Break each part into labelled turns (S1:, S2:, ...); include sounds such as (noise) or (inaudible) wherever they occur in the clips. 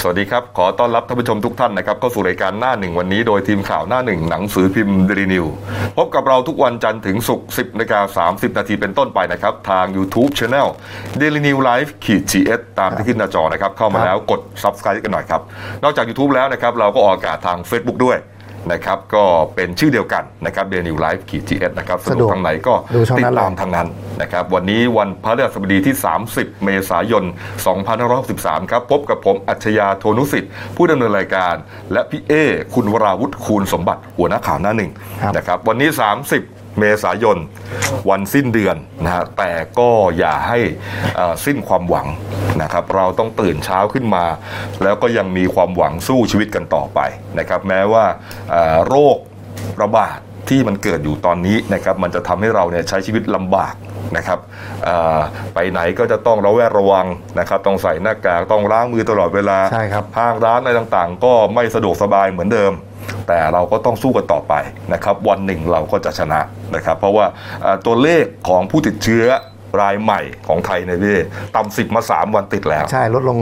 S1: สวัสดีครับ ขอต้อนรับท่านผู้ชมทุกท่านนะครับเข้าสู่รายการหน้าหนึ่งวันนี้โดยทีมข่าวหน้าหนึ่งหนังสือพิมพ์ด i นิวพบกับเราทุกวันจันทร์ถึงศุกร์10นาฬิกา30 นาทีเป็นต้นไปนะครับ ทาง YouTube Channel d a i l y New Life ขีด GS ตามที่ขึ้นหน้าจอนะครับ เข้ามาแล้วกด Subscribe กันหน่อยครับ นอกจาก YouTube แล้วนะครับ เราก็ออกอากาศทาง Facebook ด้วยนะครับก็เป็นชื่อเดียวกันนะครับเดนิวไลฟ์ขีดจีเอสนะครับสะด
S2: สะด
S1: วก
S2: วก
S1: ทางไหนก็
S2: ดูช่อง
S1: ติด
S2: นั้นเลย
S1: ตามทางนั้นนะครับวันนี้วันพฤหัสบดีที่ 30 เมษายน 2563 ครับ พบกับผมอัจฉยาโทนุสิทธิ์ ผู้ดำเนินรายการ และพี่เอ คุณวราวุฒิคูณสมบัติหัวหน้าข่าวหน้าหนึ่งนะครับวันนี้ 30 เมษายน วันสิ้นเดือนนะฮะแต่ก็อย่าให้เอ่อสิ้นความหวังนะครับเราต้องตื่นเช้าขึ้นมา แล้วก็ยังมีความหวังสู้ชีวิตกันต่อไปนะครับแม้ว่าเอ่อโรค ระบาดที่มันเกิดอยู่ตอนนี้นะครับมันจะทำให้เราเนี่ยใช้ชีวิตลำบากนะครับเอ่อไปไหนก็จะต้องระแวดระวังนะครับต้องใส่หน้ากากต้องล้างมือตลอดเวลา
S2: ใช่ครับ
S1: ห้างร้านอะไรต่างๆ ก็ไม่สะดวกสบายเหมือนเดิม แต่เราก็ต้องสู้กันต่อไปนะครับวันหนึ่งเราก็จะชนะนะครับเพราะว่าเอ่อตัวเลขของผู้ติดเชื้อรายใหม่ของไทยในยพี่ต่ำสิบมาสามวันติดแล้ว
S2: ใช่ลดลง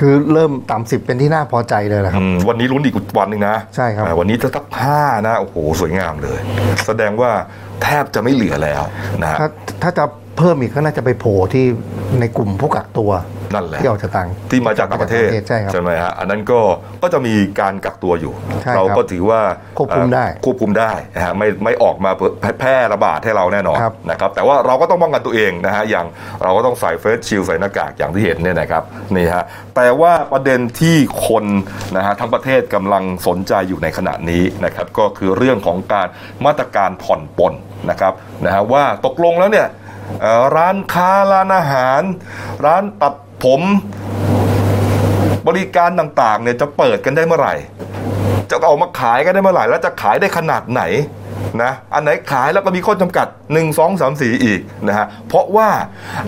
S2: คือเริ่มต่ำสิบเป็นที่น่าพอใจเลยแหละครับ
S1: อืมวันนี้ลุ้นอีกวันหนึ่งนะ
S2: ใช่ครับ
S1: อ่าวันนี้ถ้าสักห้านะโอ้โหสวยงามเลย แสดงว่าแทบจะไม่เหลือแล้วนะฮะ
S2: ถ้าถ้าจะเพิ่มอีกก็น่าจะไปโผล่ที่ในกลุ่มผู้กักตัว
S1: นั่นแหละ
S2: ที่ออกจากต่าง
S1: ที่มาจากต่างประเทศ
S2: ใช่ครับ
S1: ไหมฮะอันนั้นก็ก็จะมีการกักตัวอยู่
S2: ใช่ครับ
S1: เราก็ถือว่า
S2: ควบคุมได้
S1: เอ่อควบคุมได้นะฮะไม่ไม่ออกมาแพร่ระบาดให้เราแน่นอน
S2: ครับ
S1: นะครับแต่ว่าเราก็ต้องป้องกันตัวเองนะฮะอย่างเราก็ต้องใส่เฟสชิลใส่หน้ากากอย่างที่เห็นเนี่ยนะครับนี่ฮะแต่ว่าประเด็นที่คนนะฮะทั้งประเทศกำลังสนใจอยู่ในขณะนี้นะครับก็คือเรื่องของการมาตรการผ่อนปลนนะครับนะฮะว่าตกลงแล้วเนี่ยเอ่อร้านค้าร้านอาหาร ร้านตัดผม บริการต่างๆเนี่ยจะเปิดกันได้เมื่อไหร่ จะเอามาขายกันได้เมื่อไหร่ แล้วจะขายได้ขนาดไหนนะอันไหนขายแล้วก็มีข้อจำกัด 1 2 3 4 อีกนะฮะเพราะว่า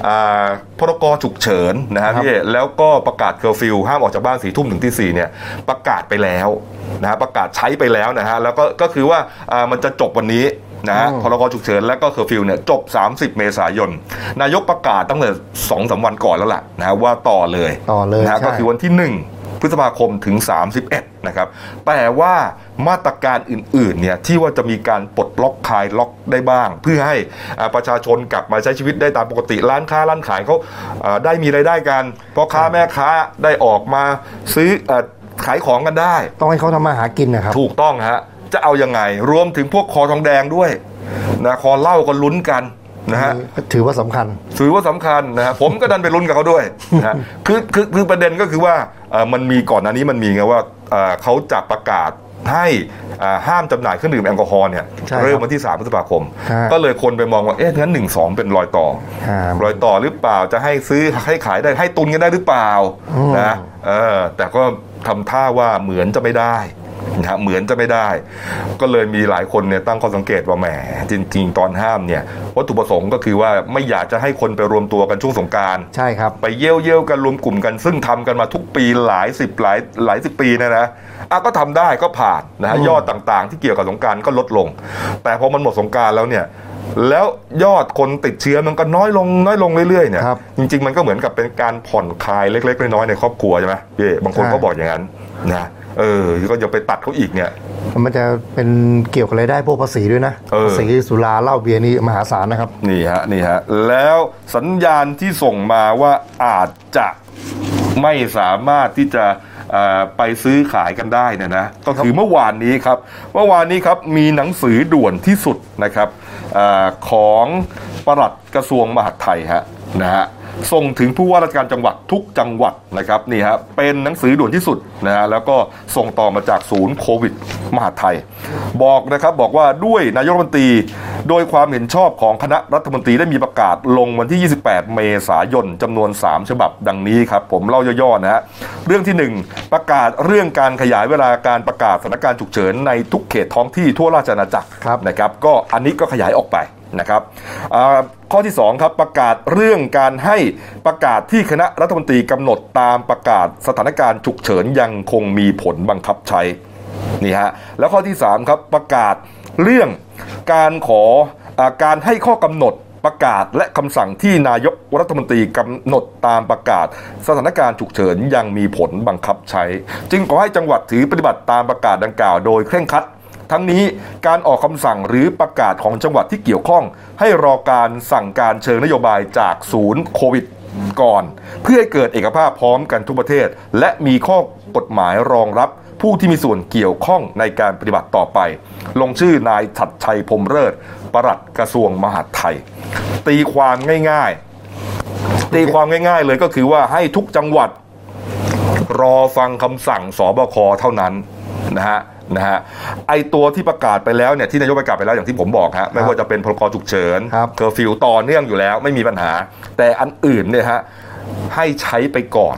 S1: อ่าพรกฉุกเฉินนะฮะ
S2: ครับ
S1: พี่เอ๋แล้วก็ประกาศเคอร์ฟิวห้ามออกจากบ้านสี่ทุ่มถึงที่สี่เนี่ยประกาศไปแล้วนะฮะประกาศใช้ไปแล้วนะฮะแล้วก็ก็คือว่าอ่ามันจะจบวันนี้นะฮะพรกฉุกเฉินและก็เคอร์ฟิวเนี่ยจบ 30 เมษายน นายกประกาศตั้งแต่สองสามวันก่อนแล้วล่ะนะฮะว่าต่อเลย
S2: ต่อเลย
S1: นะฮะ
S2: ใช่
S1: ก็คือวันที่ 1 พฤษภาคมถึง 31 นะครับ แต่ว่ามาตรการอื่นๆเนี่ยที่ว่าจะมีการปลดล็อกคลายล็อกได้บ้าง เพื่อให้อ่าประชาชนกลับมาใช้ชีวิตได้ตามปกติร้านค้าร้านขายเขาอ่าได้มีรายได้กันพ่อค้าแม่ค้าได้ออกมาซื้อเอ่อขายของกันได้
S2: ต้องให้เขาทำมาหากินนะครับ
S1: ถูกต้องฮะ จะเอายังไง รวมถึงพวกคอทองแดงด้วยนะคอเหล้าก็ลุ้นกันนะฮะ
S2: ก็ถือว่าสำคัญ
S1: ถือว่าสำคัญนะฮะผมก็ดันไปลุ้นกับเขาด้วย (laughs) นะฮะคือคือคือประเด็นก็คือว่าเอ่อมันมีก่อนหน้านี้มันมีไงว่าเอ่อเขาจะประกาศให้อ่าห้ามจำหน่ายเครื่องดื่มแอลกอฮอล์เนี่ย
S2: ใช่ครับ
S1: เริ่มวันที่ 3 พฤษภาคม
S2: ฮะ
S1: ก็เลยคนไปมองว่าเอ๊ะงั้น 1 2 เป็นรอยต่อ
S2: ฮะ
S1: รอยต่อหรือเปล่าจะให้ซื้อให้ขายได้ให้ตุนกันได้หรือเปล่า
S2: อืม
S1: นะเออแต่ก็ทำท่าว่าเหมือนจะไม่ได้นะฮะเหมือนจะไม่ได้ ก็เลยมีหลายคนเนี่ยตั้งข้อสังเกตว่าแหมจริง ๆ ตอนห้ามเนี่ยวัตถุประสงค์ก็คือว่าไม่อยากจะให้คนไปรวมตัวกันช่วงสงกราร
S2: ใช่ครับ
S1: ไปเยี่ยวเยี่ยวๆกันรวมกลุ่มกันซึ่งทำกันมาทุกปีหลายสิบหลายหลายสิบปีเนะนะอ่ะก็ทำได้ก็ผ่านนะฮะยอดต่างๆ ที่เกี่ยวกับสงกรารก็ลดลง แต่พอมันหมดสงกรารแล้วเนี่ยแล้วยอดคนติดเชื้อมันก็น้อยลงน้อยลงเรื่อยๆเนี่ย
S2: ครับ
S1: จริง ๆ มันก็เหมือนกับเป็นการผ่อนคลายเล็กๆน้อยๆในครอบครัวใช่ไหมพี่บางคน
S2: ใช่
S1: ก็บอกอย่างนั้นนะเออก็อย่าไปตัดเขาอีกเนี่ย
S2: มันจะเป็นเกี่ยวกับรายได้พวกภาษีด้วยนะ
S1: เออ
S2: ภาษีสุราเหล้าเบียร์นี่มหาศาลนะครับ
S1: นี่ฮะนี่ฮะแล้วสัญญาณที่ส่งมาว่าอาจจะไม่สามารถที่จะเอ่อไปซื้อขายกันได้เนยนะก็คือเมื่อวานนี้ครับเมื่อวานนี้ครับมีหนังสือด่วนที่สุดนะครับเออของปลัดกระทรวงมหาดไทยฮะนะฮะส่งถึงผู้ว่าราชการจังหวัดทุกจังหวัดนะครับนี่ฮะเป็นหนังสือด่วนที่สุดนะฮะแล้วก็ส่งต่อมาจากศูนย์โควิดมหาดไทย บอกนะครับบอกว่าด้วยนายกรัฐมนตรี โดยความเห็นชอบของคณะรัฐมนตรีได้มีประกาศลงวันที่ 28 เมษายนจำนวน 3 ฉบับดังนี้ครับ ผมเล่าย่อๆนะฮะเรื่องที่ 1 ประกาศเรื่องการขยายเวลาการประกาศสถานการณ์ฉุกเฉินในทุกเขตท้องที่ทั่วราชอาณาจักร
S2: ครับ
S1: นะครับก็อันนี้ก็ขยายออกไปนะครับอ่าข้อที่ 2 ครับ ประกาศเรื่องการให้ประกาศที่คณะรัฐมนตรีกำหนดตามประกาศสถานการณ์ฉุกเฉินยังคงมีผลบังคับใช้ นี่ฮะแล้วข้อที่ 3 ครับประกาศเรื่องการขออาการให้ข้อกำหนด ประกาศและคำสั่งที่นายกรัฐมนตรีกำหนดตามประกาศ สถานการณ์ฉุกเฉินยังมีผลบังคับใช้ จึงขอให้จังหวัดถือปฏิบัติตามประกาศดังกล่าวโดยเคร่งครัด ทั้งนี้การออกคำสั่งหรือประกาศของจังหวัดที่เกี่ยวข้อง ให้รอการสั่งการเชิงนโยบายจากศูนย์โควิด ก่อน เพื่อให้เกิดเอกภาพพร้อมกันทุกประเทศ และมีข้อกฎหมายรองรับผู้ที่มีส่วนเกี่ยวข้องในการปฏิบัติต่อไป ลงชื่อนายชัดชัยพรหมเลิศปลัดกระทรวงมหาดไทย ตีความง่ายๆ ตีความง่ายๆ เลยก็คือว่าให้ทุกจังหวัด รอฟังคำสั่งสบคเท่านั้นนะฮะนะฮะไอตัวที่ประกาศไปแล้วเนี่ยที่นายกประกาศไปแล้วอย่างที่ผมบอกฮะไม่ว่าจะเป็นพรกฉุกเฉิน
S2: ครับ
S1: เคอร์ฟิวต่อเนื่องอยู่แล้ว ไม่มีปัญหา แต่อันอื่นเนี่ยฮะให้ใช้ไปก่อน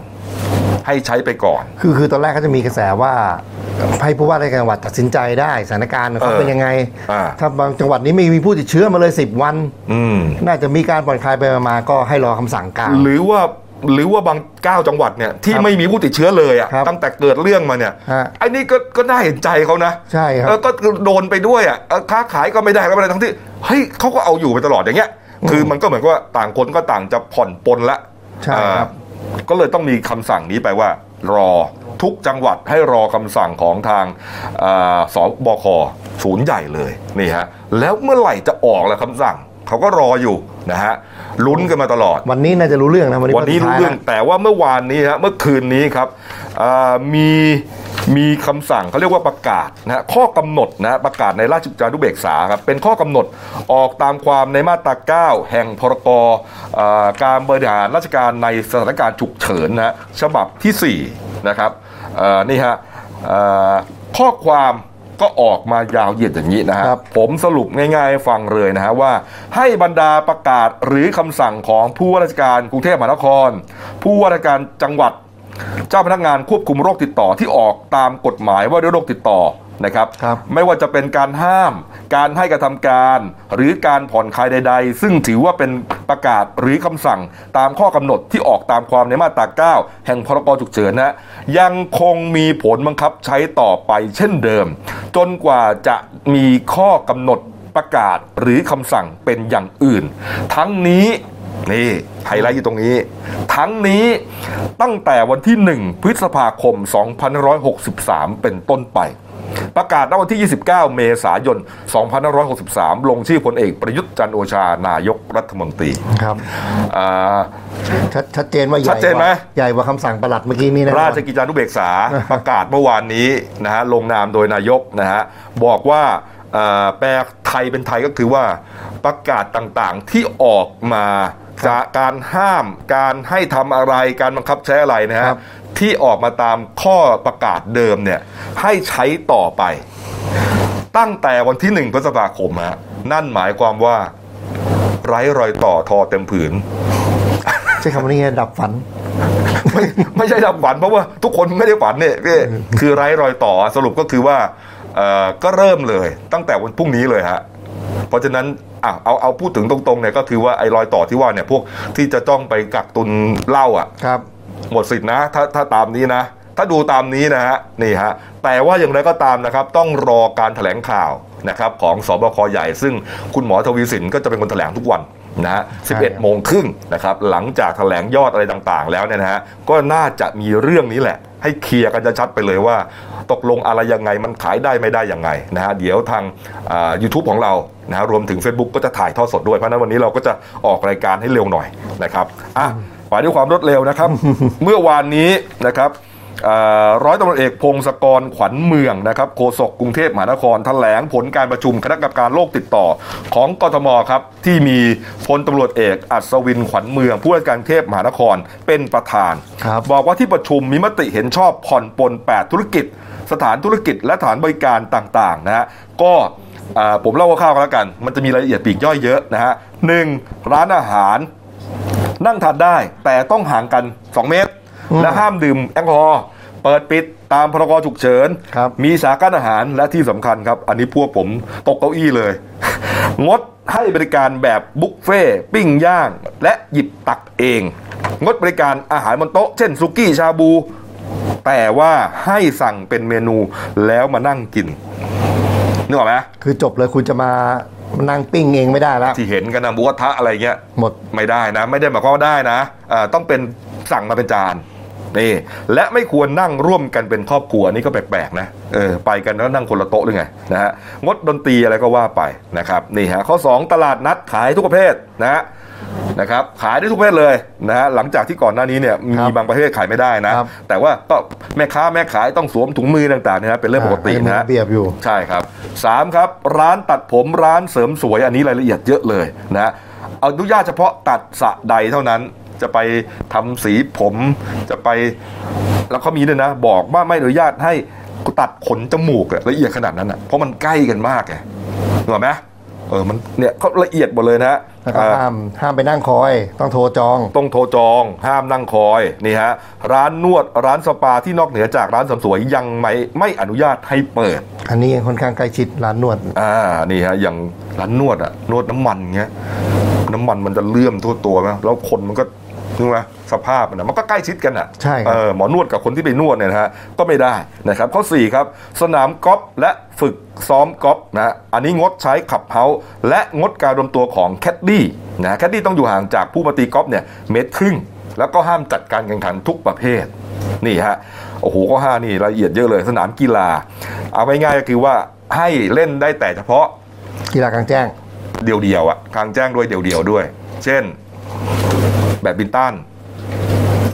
S1: ให้ใช้ไปก่อน
S2: คือคือตอนแรกเขาจะมีกระแสว่าให้ผู้ว่าราชการจังหวัดตัดสินใจได้สถานการณ์ของเขา
S1: เออ
S2: เป็นยังไง
S1: อ่า
S2: ถ้าบางจังหวัดนี้ไม่มีผู้ติดเชื้อมาเลย 10 วัน
S1: อืม
S2: น่าจะมีการผ่อนคลายไปมาๆก็ให้รอคำสั่งกลาง
S1: หรือว่าหรือว่าบางเก้าจังหวัดเนี่ยที่
S2: ครับ
S1: ไม่มีผู้ติดเชื้อเลยอะ
S2: ครับ
S1: ตั้งแต่เกิดเรื่องมาเนี่ย
S2: ฮะ
S1: ไอ้นี่ก็ก็น่าเห็นใจเขานะ
S2: ใช่ครับ
S1: เออก็โดนไปด้วยอะเออค้าขายก็ไม่ได้ก็ไม่ได้ทั้งที่เฮ้ยเขาก็เอาอยู่ไปตลอดอย่างเงี้ย คือมันก็เหมือนกับว่าต่างคนก็ต่างจะผ่อนปลนละ
S2: ใช่ครับ
S1: เออก็เลยต้องมีคำสั่งนี้ไปว่า รอทุกจังหวัดให้รอคำสั่งของทางเอ่อสบคศูนย์ใหญ่เลยนี่ฮะแล้วเมื่อไหร่จะออกละคำสั่งเขาก็รออยู่นะฮะลุ้นกันมาตลอด
S2: วันนี้น่าจะรู้เรื่องนะวันนี้
S1: วันนี้
S2: สุด
S1: รู้
S2: ท้าย
S1: เรื่องแต่ว่าเมื่อวานนี้ฮะเมื่อคืนนี้ครับอ่ามีมีคำสั่งเขาเรียกว่าประกาศนะฮะข้อกำหนดนะฮะประกาศในราชจานุเบกษาครับเป็นข้อกำหนดออกตามความในมาตรา 9 แห่งพรกอ่าการบริหารราชการในสถานการณ์ฉุกเฉินนะฮะฉบับทีสี่4นะครับเอ่อนี่ฮะเอ่อข้อความก็ออกมายาวเหยียดอย่างนี้นะฮะ
S2: ครับ
S1: ผมสรุปง่ายๆให้ฟังเลยนะฮะว่า ให้บรรดาประกาศหรือคำสั่งของผู้ว่าราชการกรุงเทพมหานคร ผู้ว่าราชการจังหวัด เจ้าพนักงานควบคุมโรคติดต่อที่ออกตามกฎหมายว่าด้วยโรคติดต่อนะครับ
S2: ครับ
S1: ไม่ว่าจะเป็นการห้าม การให้กระทำการ หรือการผ่อนคลายใด ๆ ซึ่งถือว่าเป็นประกาศหรือคำสั่งตามข้อกำหนดที่ออกตามความในมาตรา 9 แห่งพรกฉุกเฉินนะฮะยังคงมีผลบังคับใช้ต่อไปเช่นเดิม จนกว่าจะมีข้อกำหนดประกาศหรือคำสั่งเป็นอย่างอื่น ทั้งนี้ นี่ไฮไลท์อยู่ตรงนี้ ทั้งนี้ตั้งแต่วันที่ 1 พฤษภาคม 2563 เป็นต้นไป ประกาศณวันที่ 29 เมษายน 2563 ลงชื่อพลเอกประยุทธ์จันทร์โอชานายกรัฐมนตรี
S2: ครับ
S1: อ่า
S2: ชัดชัดเจนว่าให
S1: ชั
S2: ญ่
S1: ดเจน
S2: ก
S1: ไหม
S2: ว่าใหญ่กว่าคำสั่งประหลัดเมื่อกี้นี้นะ
S1: ราชกิจจานุเบกษา ประกาศเมื่อวานนี้นะฮะลงนามโดยนายกนะฮะบอกว่าเอ่อแปลไทยเป็นไทยก็คือว่าประกาศต่างๆที่ออกมาจากการห้าม การให้ทำอะไรการบังคับใช้อะไรนะฮะ
S2: ครับ
S1: ที่ออกมาตามข้อประกาศเดิมเนี่ยให้ใช้ต่อไป ตั้งแต่วันที่หนึ่งพฤษภาคมฮะนั่นหมายความว่า ไร้รอยต่อทอเต็มผืน
S2: ใช้คำว่านี้ไงดับฝัน
S1: ไม่ไม่ใช่ดับฝันเพราะว่าทุกคนไม่ได้ฝันเนี่ยพี่คือไร้รอยต่อสรุปก็คือว่าเอ่อก็เริ่มเลยตั้งแต่วันพรุ่งนี้เลยฮะเพราะฉะนั้นอ่ะเอาเอาพูดถึงตรงๆเนี่ยก็คือว่าไอ้รอยต่อที่ว่าเนี่ยพวกที่จะจ้องไปกักตุนเหล้าอ่ะ
S2: ครับ
S1: หมดสิทธินะถ้าถ้าตามนี้นะ ถ้าดูตามนี้นะฮะนี่ฮะแต่ว่าอย่างไรก็ตามนะครับ ต้องรอการถแถลงข่าวนะครับของสบคใหญ่ ซึ่งคุณหมอทวีสินก็จะเป็นคนถแถลงทุกวันนะฮะ
S2: ใช่ครับ
S1: 11โมงครึ่งนะครับหลังจากถแถลงยอดอะไรต่างๆ แล้วเนี่ยนะฮะก็น่าจะมีเรื่องนี้แหละ ให้เคลียร์กันจะชัดไปเลยว่า ตกลงอะไรยังไงมันขายได้ไม่ได้ยังไงนะฮะเดี๋ยวทางยูทูบของเรานะฮะรวมถึง Facebook ก็จะถ่ายทอดสดด้วยเพราะฉะนั้นวันนี้เราก็จะออกรายการให้เร็วหน่อยนะครับอ่ะ ไปด้วยความรวดเร็ว
S2: (laughs)
S1: นะครับ เมื่อวานนี้นะครับเอ่อร้อยตำรวจเอกพงศกรขวัญเมืองนะครับโฆษกกรุงเทพมหานครแถลงผลการประชุมคณะกรรมการโรคติดต่อของกทมครับที่มีพลตำรวจเอกอัศวินขวัญเมือง ผู้ว่าการกรุงเทพมหานครเป็นประธาน
S2: ครับ
S1: บอกว่าที่ประชุมมีมติเห็นชอบผ่อนปลน 8 ธุรกิจ สถานธุรกิจและสถานบริการต่าง ๆ นะฮะก็เอ่อผมเล่าคร่าวๆกันแล้วกัน มันจะมีรายละเอียดปลีกย่อยเยอะนะฮะหนึ่งร้านอาหาร นั่งทานได้แต่ต้องห่างกัน 2 เมตร และห้ามดื่มแอลกอฮอล์เปิดปิดตามพรกฉุกเฉิน
S2: ครับ
S1: มีสาการอาหารและที่สำคัญครับ อันนี้พวกผมตกเก้าอี้เลย (laughs) งดให้บริการแบบบุฟเฟ่ต์ปิ้งย่าง และหยิบตักเอง งดบริการอาหารบนโต๊ะ เช่นซุกี้ชาบู แต่ว่าให้สั่งเป็นเมนูแล้วมานั่งกินนึกออกไหม
S2: คือจบเลยคุณจะมา มันนั่งปิ้งเองไม่ได้แล้ว
S1: ที่เห็นกันนะหมูกระทะอะไรเงี้ย
S2: หมด
S1: ไม่ได้นะ ไม่ได้หมายความว่าได้นะอ่าต้องเป็นสั่งมาเป็นจานนี่และไม่ควรนั่งร่วมกันเป็นครอบครัวนี่ก็แปลกๆนะเออไปกันแล้วนั่งคนละโต๊ะหรือไงนะฮะงดดนตรีอะไรก็ว่าไปนะครับนี่ฮะข้อ 2 ตลาดนัดขายทุกประเภทนะฮะนะครับขายได้ทุกประเภทเลยนะฮะหลังจากที่ก่อนหน้านี้เนี่ย
S2: ครับบ
S1: มีางประเภทขายไม่ได้นะ
S2: ครับ
S1: แต่ว่าก็แม่ค้าแม่ขายต้องสวมถุงมือต่างๆเนี่ยนะเป็นเรื่องปกตินะ
S2: อ่า
S1: ฮะ
S2: ยังมีระเบียบอยู่
S1: ใช่ครับสามครับร้านตัดผมร้านเสริมสวยอันนี้รายละเอียดเยอะเลยนะอนุญาตเฉพาะตัดสระใดเท่านั้น จะไปทำสีผมจะไปแล้วเขามีด้วยนะ บอกว่าไม่อนุญาตให้ตัดขนจมูกอะละเอียดขนาดนั้นอะเพราะมันใกล้กันมากไงเหรอไหมเออมันเนี่ยเขาละเอียดหมดเลยนะฮะ
S2: แล้วก็
S1: เอ่อ
S2: ห้ามห้ามไปนั่งคอย ต้องโทรจอง
S1: ต้องโทรจอง ห้ามนั่งคอยนี่ฮะร้านนวดร้านสปาที่นอกเหนือจากร้านเสริมสวยยังไม่ไม่อนุญาตให้เปิด
S2: อันนี้ค่อนข้างใกล้ชิดร้านนวด
S1: อ่า นี่ฮะ อย่างร้านนวดอะนวดน้ำมันเงี้ย น้ำมันมันจะเลื่อมทั่วตัวนะแล้วคนมันก็นึกว่าสภาพมันนะมันก็ใกล้ชิดกันอะ
S2: ใช่ครับ
S1: เออหมอนวดกับคนที่ไปนวดเนี่ยนะฮะ ก็ไม่ได้นะครับ ข้อ 4 ครับ สนามกอล์ฟและฝึกซ้อมกอล์ฟนะฮะอันนี้งดใช้ขับเฮาส์และงดการรวมตัวของแคดดี้นะแคดดี้ต้องอยู่ห่างจากผู้มาตีกอล์ฟเนี่ยเมตรครึ่ง แล้วก็ห้ามจัดการแข่งขันทุกประเภท นี่ฮะ โอ้โหข้อ5นี่รายละเอียดเยอะเลย สนามกีฬา เอาง่ายๆก็คือว่าให้เล่นได้แต่เฉพาะ
S2: กีฬากลางแจ้ง
S1: เดียวๆอะกลางแจ้งด้วยเดียวๆด้วย เช่น แบดมินตัน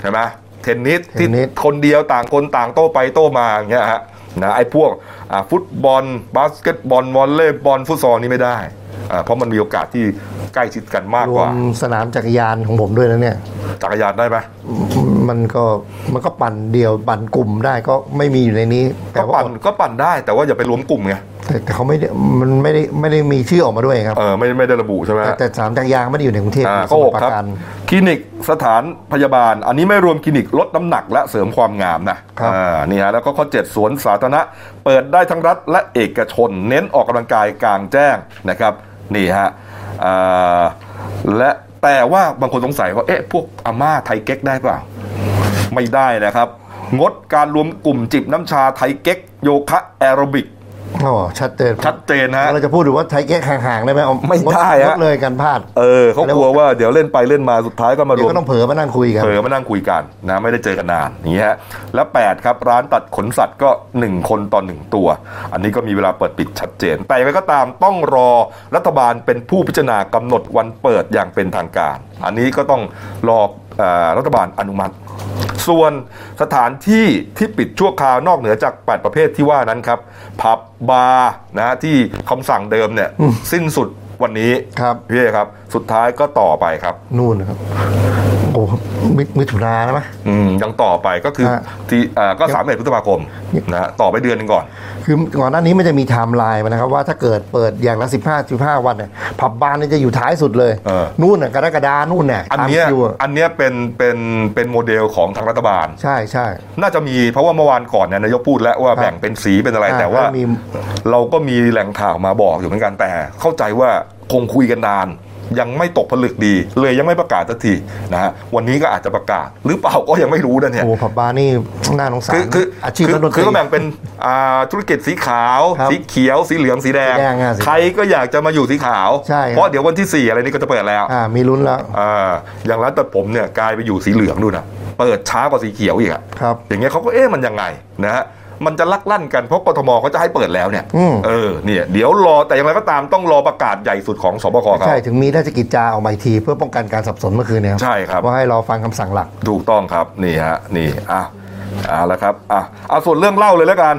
S1: ใช่ไหมเทนนิสที่
S2: เทนนิส
S1: คนเดียวต่างคนต่างโต้ไปโต้มาอย่างเงี้ยฮะนะไอ้พวกอ่าฟุตบอล บาสเกตบอลวอลเลย์บอลฟุตซอลนี่ไม่ได้อ่าเพราะมันมีโอกาสที่ใกล้ชิดกันมาก
S2: ร
S1: ก
S2: ว
S1: ว่าม
S2: สนามจักรยานของผมด้วยนะเนี่ย
S1: จักรยานได้ไหม
S2: มันก็มันก็ปั่นเดียวปั่นกลุ่มได้ก็ไม่มีอยู่ในนี้ แต่
S1: ก็
S2: ว่า
S1: ปั่นก็ปั่นได้แต่ว่าอย่าไปรวมกลุ่มไง
S2: แต่แต่เขาไม่ได้มันไม่ได้ไม่ได้มีชื่อออกมาด้วยครับ
S1: เออไม่ไม่ได้ระบุใช่ไหม
S2: แต่แต่สนามจักรยานไม่ได้อยู่ในกรุงเทพ
S1: อ่า
S2: อยู่ส
S1: ข้อ
S2: มุ
S1: ห
S2: ท
S1: ก
S2: รปรา
S1: ครับ
S2: การ
S1: คลินิกสถานพยาบาล อันนี้ไม่รวมคลินิกลดน้ำหนักและเสริมความงามนะครับ อ่านี่ฮะแล้วก็ข้อ 7 สวนสาธารณะ เปิดได้ทั้งรัฐและเอกชน เน้นออกกำลังกายกลางแจ้งนะครับนี่ฮะอ่าและแต่ว่าบางคนสงสัยว่าเอ๊ะพวกอาม่าไทยเก๊กได้เปล่า ไม่ได้นะครับ งดการรวมกลุ่มจิบน้ำชาไทยเก๊กโยคะแอโรบิก
S2: อ๋อชัดเจน
S1: ชัดเจนฮะ
S2: เราจะพูดถึงว่าไทยแก้ห่างๆได้ไหมเอา
S1: ไม่ได้
S2: งง
S1: ฮะ
S2: ดเลยกันพลาด
S1: เออเขากลัวว่าเดี๋ยวเล่นไปเล่นมาสุดท้ายก็มาร
S2: เดี๋ยว ว
S1: ม
S2: ก็ต้องเผลอมานั่งคุยกัน
S1: เผลอมานั่งคุยกันนะไม่ได้เจอกันนานอย่างเงี้ยฮะและ8ครับร้านตัดขนสัตว์ก็ 1 คนต่อ 1 ตัว อันนี้ก็มีเวลาเปิดปิดชัดเจน แต่อย่างไรก็ตามต้องรอรัฐบาลเป็นผู้พิจารณากำหนดวันเปิดอย่างเป็นทางการ อันนี้ก็ต้องรอเอ่อรัฐบาลอนุมัติ ส่วนสถานที่ที่ปิดชั่วคราวนอกเหนือจาก 8 ประเภทที่ว่านั้นครับผับบาร์นะที่คำสั่งเดิมเนี่ยสิ้นสุดวันนี้
S2: ครับ
S1: พี่เอกครับสุดท้ายก็ต่อไปครับ
S2: นู่นนะครับโอ้มิมิถุนาแล้วไหม
S1: อืมยังต่อไปก็คือ
S2: ฮะ
S1: ที่อ่าก็สามเอ็ดพฤษภาคมนะฮะต่อไปเดือนหนึงก่อน
S2: คือก่อนหน้านี้มันจะมีไทม์ไลน์มานะครับ ว่าถ้าเกิดเปิดอย่างละ 15 15 วันเนี่ยผับบาร์เนี่ยจะอยู่ท้ายสุดเลย
S1: เออ
S2: นู่นน่ะกรกฎานู่นน่ะ
S1: อันเนี้ย
S2: ตามคิวอะ
S1: อันเนี้ยเป็นเป็นเป็นโมเดลของทางรัฐบาล
S2: ใช่ใช่
S1: น่าจะมีเพราะว่าเมื่อวานก่อนเนี่ยนายกพูดแล้วว่า
S2: ครับ
S1: แบ่งเป็นสีเป็นอะไร
S2: อ่า
S1: แต่ว่า
S2: ก็มี
S1: เราก็มีแหล่งข่าวมาบอกอยู่เหมือนกันแต่ เข้าใจว่าคงคุยกันนาน ยังไม่ตกผลึกดี เลยยังไม่ประกาศสักทีนะฮะวันนี้ก็อาจจะประกาศ หรือเปล่าก็ยังไม่รู้นะเนี่ย
S2: โอ้ผับบาร์นี่น่าสงสาร
S1: คือคือ
S2: อาชีพ
S1: คื
S2: นักดนต
S1: คื
S2: รี
S1: อก็แบ่งเป็นอ่าธุรกิจสีขาว
S2: ครับ
S1: สีเขียว สีเหลืองสีแดง
S2: สีแดงอ่ะสี
S1: ใครก็อยากจะมาอยู่สีขาว
S2: ใช่ครับ
S1: เพราะเดี๋ยววันที่ 4 อะไรนี่ก็จะเปิดแล้ว
S2: อ่ามีลุ้นแล้ว
S1: อ่าอย่างร้านตัดผมเนี่ยกลายไปอยู่สีเหลืองดูนะ เปิดช้ากว่าสีเขียวอีกอะ
S2: ครับ
S1: อย่างเงี้ยเขาก็เอ๊ะมันยังไงนะฮะ มันจะลักลั่นกันเพราะกทมเขาจะให้เปิดแล้วเนี่ย
S2: อืม
S1: เออ เนี่ยเดี๋ยวรอแต่อย่างไรก็ตามต้องรอประกาศใหญ่สุดของสบคเขา
S2: ใช่ถึงมีราชกิจจาออกมาอีกที เพื่อป้องกันการสับสนเมื่อคืนเนี่ยครับ
S1: ใช่ครับ
S2: ว่าให้รอฟังคำสั่งหลัก
S1: ถูกต้องครับนี่ฮะนี่อ่ะเอาละครับอ่ะเอาส่วนเรื่องเล่าเลยแล้วกัน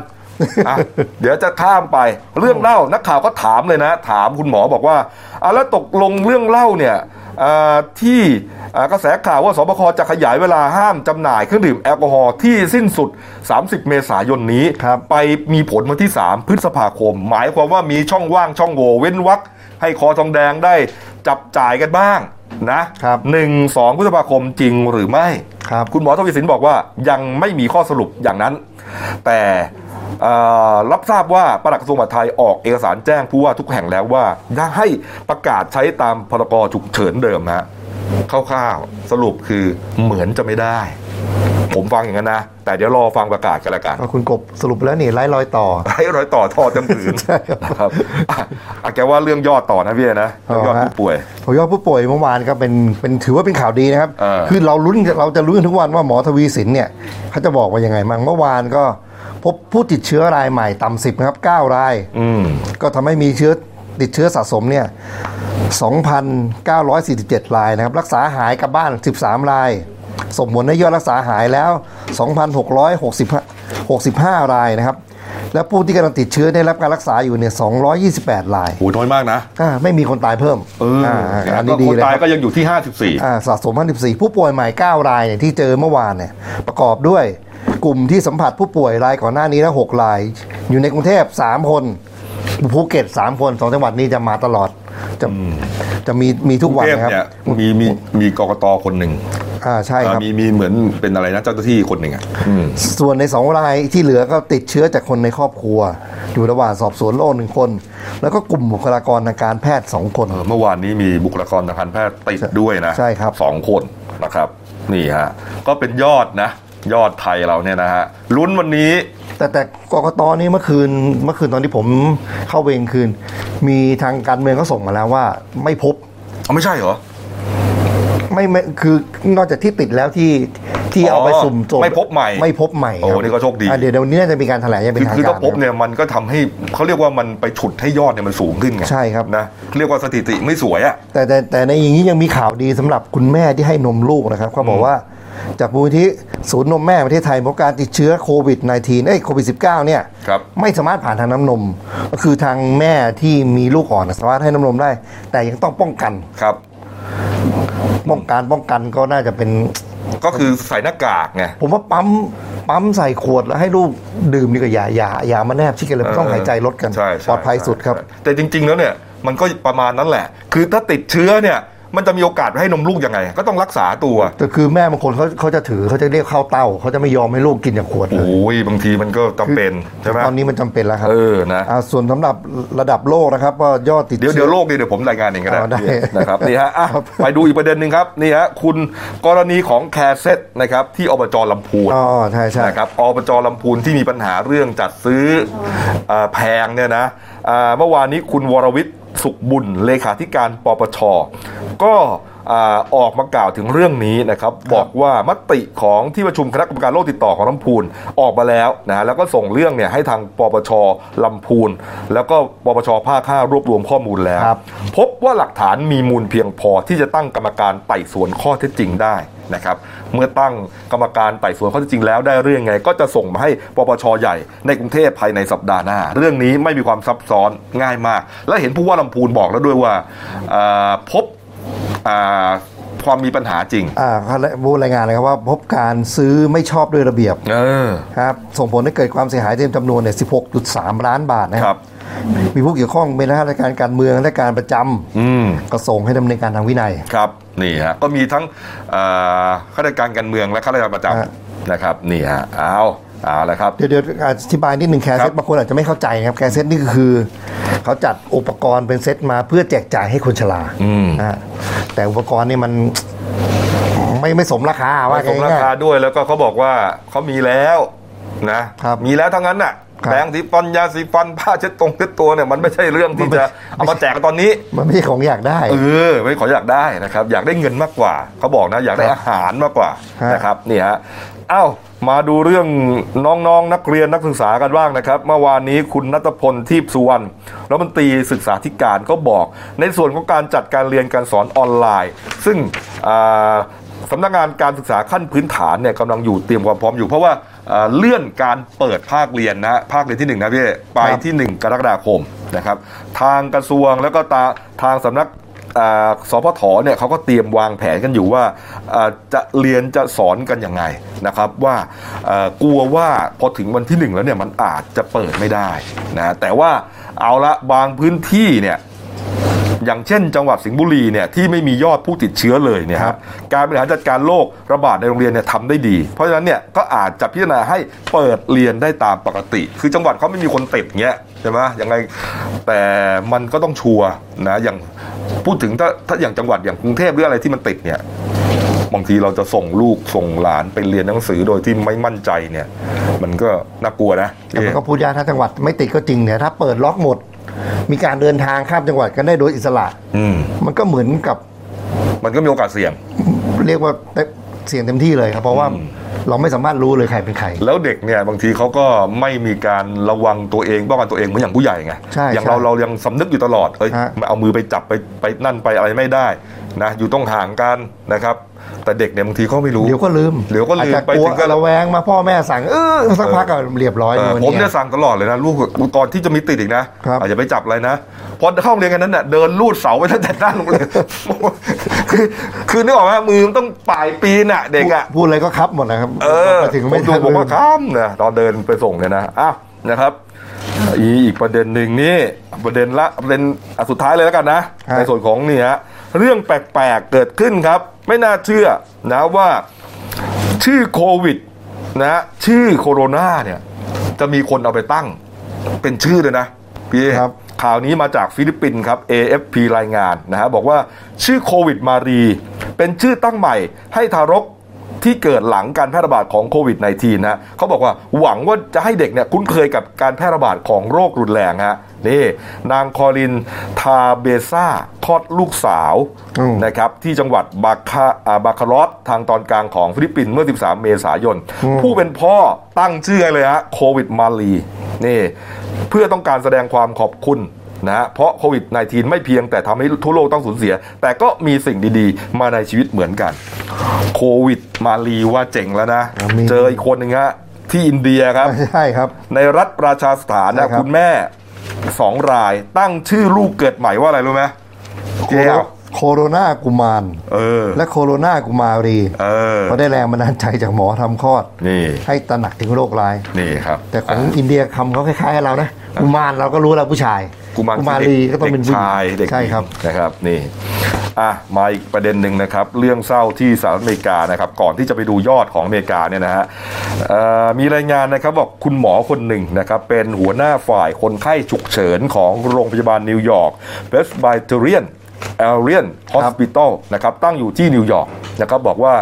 S1: อ่ะ เดี๋ยวจะข้ามไปเรื่องเล่านักข่าวก็ถามเลยนะ ถามคุณหมอบอกว่าอ่ะแล้วตกลงเรื่องเล่าเนี่ยอ่าที่อ่ากระแสข่าวว่าสบคจะขยายเวลาห้ามจำหน่ายเครื่องดื่มแอลกอฮอล์ที่สิ้นสุด 30 เมษายนนี้
S2: ครับ
S1: ไปมีผลวันที่ 3 พฤษภาคม หมายความว่ามีช่องว่างช่องโหว่เว้นวักให้คอทองแดงได้จับจ่ายกันบ้างนะครับ หนึ่งสองพฤษภาคมจริงหรือไม่
S2: ครับ
S1: คุณหมอทวีสินบอกว่ายังไม่มีข้อสรุปอย่างนั้น แต่เอ่อรับทราบว่าปลัดกระทรวงมหาดไทยออกเอกสารแจ้งผู้ว่าทุกแห่งแล้วว่าจะให้ประกาศใช้ตามพรกฉุกเฉินเดิมฮะคร่าวๆสรุปคือเหมือนจะไม่ได้ ผ ผมฟังอย่างนั้นนะ แต่เดี๋ยวรอฟังประกาศกันละกัน
S2: ก็คุณกบสรุปแล้วนี่ไร้รอยต่อ
S1: ให้รอยต่อทอดจำถื (laughs) น
S2: ใช่ครับ
S1: นะครับอ่ะอ่ะแกว่าเรื่องยอดต่อนะพี่เอนะเรื่องยอดผู้ป่วย
S2: ผมยอดผู้ป่วยเมื่อวานก็เป็นเป็นถือว่าเป็นข่าวดีนะครับ
S1: เออ
S2: คือเราลุ้นเราจะรู้กันทุกวันว่าหมอทวีสินเนี่ยเขาจะบอกว่ายังไงบ้างเมื่อวานก็พบผู้ติดเชื้อรายใหม่ต่ำสิบครับ 9 ราย
S1: อืม
S2: ก็ทำให้มีเชื้อติดเชื้อสะสมเนี่ย2,947 รายนะครับ รักษาหายกลับบ้าน 13 ราย สมผลในยอดรักษาหายแล้ว 2,665 รายนะครับ และผู้ที่กำลังติดเชื้อได้รับการรักษาอยู่เนี่ย228 ราย
S1: โหน้อยมากนะ
S2: อ่าไม่มีคนตายเพิ่ม
S1: เออ
S2: อา
S1: แล้วน ก็
S2: อันี้ดี
S1: คน
S2: เลย
S1: ตาย
S2: ครับ
S1: ก็ยังอยู่ที่
S2: อ่าสะสม 54 ผู้ป่วยใหม่ 9 รายเนี่ยที่เจอเมื่อวานเนี่ยประกอบด้วยกลุ่มที่สัมผัสผู้ป่วยรายก่อนหน้านี้แล้ว6ราย อยู่ในกรุงเทพ 3 คนภูเก็ต 3 คนสองจังหวัดนี้จะมาตลอดจะจะมีมี
S1: 54
S2: ทุ
S1: ก
S2: ก
S1: รุง
S2: วัน
S1: เทพ
S2: นะครับ
S1: เนี่ยมีมีมีกกตคนหนึ่ง
S2: อ่าใช่ครับ
S1: มีมีเหมือนเป็นอะไรนะเจ้าหน้าที่คนหนึ่งอ่ะอืม
S2: ส่วนใน 2 รายที่เหลือก็ติดเชื้อจากคนในครอบครัว อยู่ระหว่างสอบสวนโรคหนึ่งคน แล้วก็กลุ่มบุคลากรทางการแพทย์ 2 คน
S1: เออเมื่อวานนี้มีบุคลากรทางการแพทย์ติดด้วยนะ
S2: ใช่ครับ
S1: สองคนนะครับ นี่ฮะ ก็เป็นยอดนะ ยอดไทยเราเนี่ยนะฮะลุ้นวันนี้
S2: แต่แต่กกตนี่เมื่อคืนเมื่อคืนตอนที่ผมเข้าเวรคืน มีทางการเมืองก็ส่งมาแล้วว่าไม่พบ
S1: เอาไม่ใช่เหรอ
S2: ไม่ไม่คือนอกจากที่ติดแล้วที่ที่เอาไปสุ่มตรวจ
S1: ไม่พบใหม่
S2: ไม่พบใหม่
S1: โอ้
S2: รับ
S1: นี่ก็โชคดี
S2: อ่ะเดี๋ยวเดี๋ยววันนี้น่าจะมีการแถลงอย่างเป็
S1: คือน
S2: ทาง
S1: คือ
S2: การ
S1: ถ้าพบ
S2: นะ
S1: เนี่ยมันก็ทำให้เขาเรียกว่ามันไปฉุดให้ยอดเนี่ยมันสูงขึ้นไง
S2: ใช่ครับ
S1: นะเรียกว่าสถิติไม่สวยอะ
S2: แต่แต่แต่ในอย่างนี้ยังมีข่าวดีสำหรับคุณแม่ที่ให้นมลูกนะครับเขาบอกว่า จากมูลที่ศูนย์นมแม่ประเทศไทยพบการติดเชื้อโควิด -19 เอ้ยโควิด -19 เนี่ย
S1: ครับ
S2: ไม่สามารถผ่านทางน้ำนม ก็คือทางแม่ที่มีลูกอ่อนน่ะสามารถให้น้ำนมได้ แต่ยังต้องป้องกัน
S1: ครับ
S2: ป้องกันป้องกันก็น่าจะเป็น
S1: ก็คือใส่หน้ากากไง
S2: ผมว่าปั๊มปั๊มใส่ขวดแล้วให้ลูกดื่มดีกว่าอย่าอย่าอย่ามาแนบชิดกันเลย
S1: เ
S2: ต้องหายใจลดกัน
S1: ใช่ใช่
S2: ปลอดภัยสุดครับ
S1: ใช่แต่จริง ๆ แล้วเนี่ยมันก็ประมาณนั้นแหละ คือถ้าติดเชื้อเนี่ย มันจะมีโอกาสให้นมลูกยังไง ก็ต้องรักษาตัว
S2: แต่คือแม่บางคนเขาเขาจะถือเขาจะเรียกเข้าเต้าเขาจะไม่ยอมให้ลูกกินจากขวดเลย
S1: โอ้ยบางทีมันก็จำเป็นใช่ไหม
S2: ตอนนี้มันจำเป็นแล้วครับ
S1: เออนะ
S2: าส่วนสำหรับระดับโลกนะครับก็ยอดติด
S1: เดี๋ยว
S2: ชื้
S1: เดี๋
S2: อ
S1: ยวโลกนี่เดี๋ยวผมรายงานเองก็ได้
S2: เอาได้ (laughs)
S1: นะครับนี่ฮะอ่ะ
S2: ครับ
S1: ไปดูอีกประเด็นหนึ่งครับนี่ฮะคุณกรณีของแคร์เซ็ตนะครับที่อบจลำพูน
S2: อ๋อใช่ใช่
S1: นะครับอบจลำพูนที่มีปัญหาเรื่องจัดซื้อเอ่อแพงเนี่ยนะเอ่อเมื่อวานนี้คุณวรวิทย์สุขบุญเลขาธิการปปชก็อ่าออกมากล่าวถึงเรื่องนี้นะครับบอกว่ามติของที่ประชุมคณะกรรมการโรคติดต่อของลำพูนออกมาแล้วนะแล้วก็ส่งเรื่องเนี่ยให้ทางปปชลำพูน แล้วก็ปปชภาค5รวบรวมข้อมูลแล้ว
S2: ครับ
S1: พบว่าหลักฐานมีมูลเพียงพอที่จะตั้งกรรมการไต่สวนข้อเท็จจริงได้นะครับ เมื่อตั้งกรรมการไต่สวนข้อเท็จจริงแล้วได้เรื่องไง ก็จะส่งมาให้ปปชใหญ่ในกรุงเทพภายในสัปดาห์หน้า เรื่องนี้ไม่มีความซับซ้อนง่ายมาก และเห็นผู้ว่าลำพูนบอกแล้วด้วยว่าเอ่อพบอ่าความมีปัญหาจริง
S2: อ่าเขาได้บูรายงานเลยครับว่าพบการซื้อไม่ชอบด้วยระเบียบ
S1: เออ
S2: ครับส่งผลให้เกิดความเสียหายเต็มจำนวนเนี่ย16.3 ล้านบาทนะค
S1: ครั
S2: รับ บ มีผู้เกี่ยวข้องเป็นข้าราชการการเมืองและการประจำ
S1: อืม
S2: ก็ส่งให้ดำเนินการทางวินัย
S1: ครับนี่ฮะก็มีทั้งเอ่อข้าราชการการเมืองและข้าราชการประจ
S2: ฮะ
S1: ำนะครับนี่ฮะเอาเอาละครับ
S2: เดี๋ยวเดี๋ยวอธิบายนิดหนึ่งแคร์
S1: ครั
S2: เซ็ต
S1: บ
S2: บางคนอาจจะไม่เข้าใจนะครับแคร์เซ็ตนี่ก็คือเขาจัดอุปกรณ์เป็นเซ็ตมาเพื่อแจกจ่ายให้คนชรานะฮะแต่อุปกรณ์นี่มัน ไม่ไม่สมราคาว่า
S1: ผสมรา
S2: ง่าย
S1: คาด้วยแล้วก็เขาบอกว่าเขามีแล้วนะครับ มีแล้วทั้งนั้นน่ะ
S2: ครับ
S1: แปรงสีฟันยาสีฟันผ้าเช็ดตรงเช็ดตัวเนี่ยมันไม่ใช่เรื่องที่จะ
S2: มั
S1: เอา
S2: นไม่
S1: มาแจกกันตอนนี้
S2: ๆมันไม่ใช่ของอยากได้
S1: เออไม่ขออยากได้นะครับ อยากได้เงินมากกว่าเขาบอกนะอยากได้
S2: ครับ
S1: อาหารมากกว่า
S2: ฮะ
S1: นะครับนี่ฮะเอ้ามาดูเรื่องน้องๆนนักเรียนนักศึกษากันบ้างนะครับ เมื่อวานนี้คุณนัทพลทีพสุวรรณรัฐมนตรีศึกษาธิการก็บอก ในส่วนของการจัดการเรียนการสอนออนไลน์ ซึ่งอ่า สำนักงานการศึกษาขั้นพื้นฐานเนี่ยกำลังอยู่เตรียมความพร้อมอยู่เพราะว่าเอ่อเลื่อนการเปิดภาคเรียนนะภาคเรียนที่1นะพี่ไป
S2: ครับ
S1: ที่ 1 กรกฎาคมนะครับ ทางกระทรวงแล้วก็ตาทางสำนักเอ่อสพทเนี่ยเขาก็เตรียมวางแผนกันอยู่ว่าเอ่อจะเรียนจะสอนกันยังไงนะครับว่าเอ่อกลัวว่าพอถึงวันที่หนึ่งแล้วเนี่ยมันอาจจะเปิดไม่ได้นะแต่ว่าเอาละบางพื้นที่เนี่ย อย่างเช่นจังหวัดสิงห์บุรีเนี่ยที่ไม่มียอดผู้ติดเชื้อเลยเนี่ยครับการบริหารจัดการโรคระบาดในโรงเรียนเนี่ยทำได้ดี เพราะฉะนั้นเนี่ยก็อาจจะพิจารณาให้เปิดเรียนได้ตามปกติ คือจังหวัดเขาไม่มีคนติดเงี้ยใช่ไหมยังไงแต่มันก็ต้องชัวร์นะอย่างพูดถึงถ้าถ้าอย่างจังหวัดอย่างกรุงเทพหรืออะไรที่มันติดเนี่ย บางทีเราจะส่งลูกส่งหลานไปเรียนหนังสือโดยที่ไม่มั่นใจเนี่ย มันก็น่ากลัวนะ
S2: แต่มันก็พูดยากถ้าจังหวัดไม่ติดก็จริงเนี่ยถ้าเปิดล็อกหมด มีการเดินทางข้ามจังหวัดกันได้โดยอิสระ
S1: อืม
S2: มันก็เหมือนกับ
S1: มันก็มีโอกาสเสี่ยง
S2: เรียกว่าเต็มเสี่ยงเต็มที่เลยครับ เพราะว่าเราไม่สามารถรู้เลยใครเป็นใคร
S1: แล้วเด็กเนี่ยบางทีเขาก็ไม่มีการระวังตัวเองป้องกันตัวเองเหมือนอย่างผู้ใหญ่ไง
S2: ใช่
S1: อย่าง
S2: ใช่
S1: เราเรายังสำนึกอยู่ตลอดเอ้ย
S2: ฮะ
S1: เอามือไปจับไปไปนั่นไปอะไรไม่ได้นะอยู่ต้องห่างกันนะครับ แต่เด็กเนี่ยบางทีเขาไม่รู้
S2: เดี๋ยวก็ลืม
S1: เดี๋ยวก็ลืม
S2: อาจจะ
S1: ไป
S2: กลัว
S1: ถึงก็
S2: ระแวงมาพ่อแม่สั่งเออสักพักก็เรียบร้อย
S1: เอ
S2: เลย
S1: อ
S2: วัน
S1: ผมเนี่
S2: เนี้
S1: ย
S2: ย
S1: สั่งตลอดเลยนะลูกตอนที่จะมีติดอีกนะครับ อาจจะไปจับอะไรนะพอเข้าโรงเรียนกันนั้นเน่ะเดินลูดเสาไปตั้งแต่หน้าโรงเรีย (laughs) นคือคือนึกออกไหมมือมันต้องปลายปีน่ะเด็กอ่ะ
S2: พูดอะไรก็ครับหมดนะครับ
S1: เออ
S2: มาถึงไม่
S1: ผม
S2: ทั
S1: ดู
S2: น
S1: ผมว่าข้ามนะตอนเดินไปส่งเนี่ยนะอ้าวนะครับอีอีกประเด็นหนึ่งนี่ประเด็นละประเด็นอ่ะสุดท้ายเลยแล้วกันนะ ในส่วนของนี่ฮะเรื่องแปลกๆเกิดขึ้นครับ ไม่น่าเชื่อนะว่า ชื่อโควิดนะชื่อโคโรนาเนี่ยจะมีคนเอาไปตั้งเป็นชื่อเลยนะพี่เอ๊
S2: ครับ
S1: ข่าวนี้มาจากฟิลิปปินส์ครับ AFP รายงานนะฮะบอกว่าชื่อโควิดมารี เป็นชื่อตั้งใหม่ให้ทารกที่เกิดหลังการแพร่ระบาดของโควิด -19 นะฮะเขาบอกว่าหวังว่าจะให้เด็กเนี่ยคุ้นเคยกับการแพร่ระบาดของโรครุนแรงฮะนี่นางคอรินทาเบซ่าคลอดลูกสาว
S2: อืม
S1: นะครับที่จังหวัดบาคาอ่าบาคารอสทางตอนกลางของฟิลิปปินส์เมื่อ 13 เมษายน ผู้เป็นพ่อตั้งชื่อให้เลยฮะโควิดมาลีนี่เพื่อต้องการแสดงความขอบคุณนะฮะเพราะโควิด -19 ไม่เพียงแต่ทำให้ทั่วโลกต้องสูญเสีย แต่ก็มีสิ่งดีๆ มาในชีวิตเหมือนกัน โควิดมาลีว่าเจ๋งแล้วนะ
S2: ครับมี
S1: เจออีกคนหนึ่งฮะที่อินเดียครับ
S2: (laughs) ใช่ครับ
S1: ในรัฐราชาสถานนะ
S2: ใช่ครับ
S1: คุณแม่สองรายตั้งชื่อลูกเกิดใหม่ว่าอะไรรู้ไหมเจ๊เอา
S2: โคโรนากุมาร
S1: เออ
S2: และโคโรนากุมารี
S1: เออ
S2: เขาได้แรงบันดาลใจจากหมอทำคลอด
S1: นี่
S2: ให้ตระหนักถึงโรคร้าย
S1: นี่ครับ
S2: แต่ของอินเดียคำเขาคล้ายๆกับเรานะกุมารเราก็รู้แล้วผู้ชาย
S1: กุมาร
S2: รี
S1: คื
S2: ก็ต้องเป็นผู้หญิง
S1: ชายเด็ก
S2: ใช่ครับ
S1: หญิงนะครับนี่อ่ะมาอีกประเด็นหนึ่งนะครับ เรื่องเศร้าที่สหรัฐอเมริกานะครับ ก่อนที่จะไปดูยอดของอเมริกาเนี่ยนะฮะเอ่อมีรายงานนะครับบอกคุณหมอคนหนึ่งนะครับ เป็นหัวหน้าฝ่ายคนไข้ฉุกเฉินของโรงพยาบาลนิวยอร์กเวสต์ไบเทเรียน แอลเรียนฮอสปิตอลนะครับตั้งอยู่ที่นิวยอร์กนะครับบอกว่า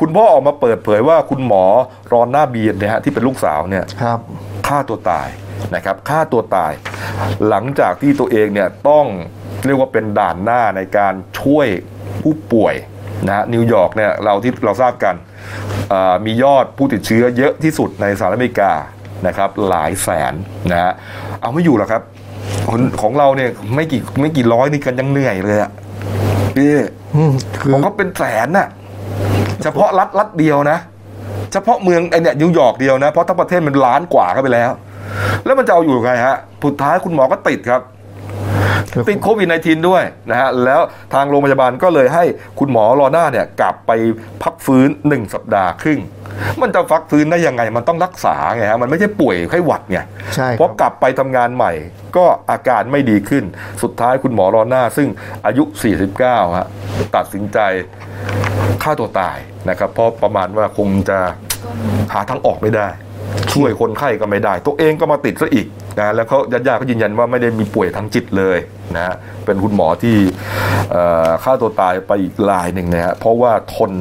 S1: คุณพ่อออกมาเปิดเผยว่าคุณหมอรอนหน้าเบียนเนี่ยฮะที่เป็นลูกสาวเนี่ย
S2: ครับ
S1: ฆ่าตัวตายนะครับฆ่าตัวตาย หลังจากที่ตัวเองเนี่ยต้องเรียกว่าเป็นด่านหน้าในการช่วยผู้ป่วยนะฮะนิวยอร์กเนี่ยเราที่เราทราบกันเอ่อมียอดผู้ติดเชื้อเยอะที่สุดในสหรัฐอเมริกานะครับหลายแสนนะฮะเอาไม่อยู่หรอกครับคนของเราเนี่ยไม่กี่ไม่กี่ร้อยนี่กันยังเหนื่อยเลยอะพี่
S2: อืมคือ
S1: ของเขาเป็นแสนน่ะเฉพาะรัฐรัฐเดียวนะ เฉพาะเมืองไอเนี่ยนิวยอร์กเดียวนะ เพราะทั้งประเทศมันล้านกว่าเข้าไปแล้ว แล้วมันจะเอาอยู่ยังไงฮะสุดท้ายคุณหมอก็ติดครับ ติดโควิด -19 ด้วยนะฮะ แล้วทางโรงพยาบาลก็เลยให้คุณหมอรอหน้าเนี่ยกลับไปพักฟื้น 1 สัปดาห์ครึ่ง มันจะฟักฟื้นได้ยังไง มันต้องรักษาไงฮะ มันไม่ใช่ป่วยไข้หวัดไง
S2: ใช่ครับ
S1: เพราะกลับไปทำงานใหม่ ก็อาการไม่ดีขึ้น สุดท้ายคุณหมอรอหน้า ซึ่งอายุ 49ฮะตัดสินใจฆ่าตัวตายนะครับ เพราะประมาณว่าคงจะหาทางออกไม่ได้ ช่วยคนไข้ก็ไม่ได้ ตัวเองก็มาติดซะอีกนะแล้วเขาญาติๆก็ยืนยันว่าไม่ได้มีป่วยทางจิตเลยนะฮะเป็นคุณหมอที่เอ่อฆ่าตัวตายไปอีกลายหนึ่งนะฮะเพราะว่าทน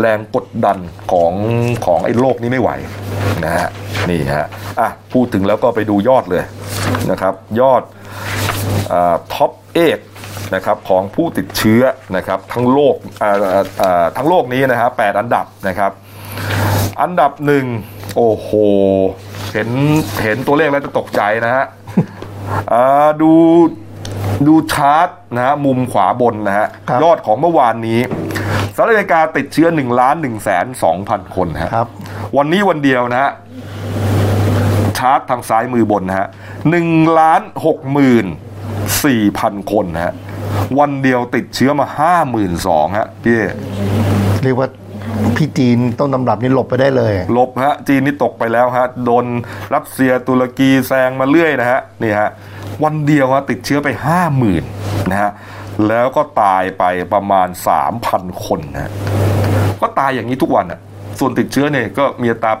S1: แรงกดดันของของไอ้โรคนี้ไม่ไหวนะฮะนี่ฮะอ่ะพูดถึงแล้วก็ไปดูยอดเลยนะครับ ยอด ท็อปเอกนะครับของผู้ติดเชื้อนะครับทั้งโลกอ่าอ่าอ่าทั้งโลกนี้นะฮะแปดอันดับนะครับ อันดับหนึ่งโอ้โห เห็นเห็นตัวเลขแล้วจะตกใจนะฮะ อ่าดูดูชาร์ตนะฮะมุมขวาบนนะฮะ
S2: ครับ
S1: ยอดของเมื่อวานนี้สหรัฐอเมริกาติดเชื้อ1ล้าน1แสน2พันคนนะฮะ
S2: ครับ
S1: วันนี้วันเดียวนะฮะ ชาร์ตทางซ้ายมือบนนะฮะหนึ่งล้านหกหมื่นสี่พันคนนะฮะ วันเดียวติดเชื้อมาห้าหมื่นสองฮะพี่เอ๊
S2: เรียกว่าพี่จีนต้นตำรับนี่หลบไปได้เลย
S1: ลบฮะ จีนนี่ตกไปแล้วฮะ โดนรัสเซียตุรกีแซงมาเรื่อยนะฮะ นี่ฮะ วันเดียวฮะติดเชื้อไปห้าหมื่นนะฮะ แล้วก็ตายไปประมาณสามพันคนนะฮะ ก็ตายอย่างนี้ทุกวันอ่ะ ส่วนติดเชื้อเนี่ยก็มีอัตรา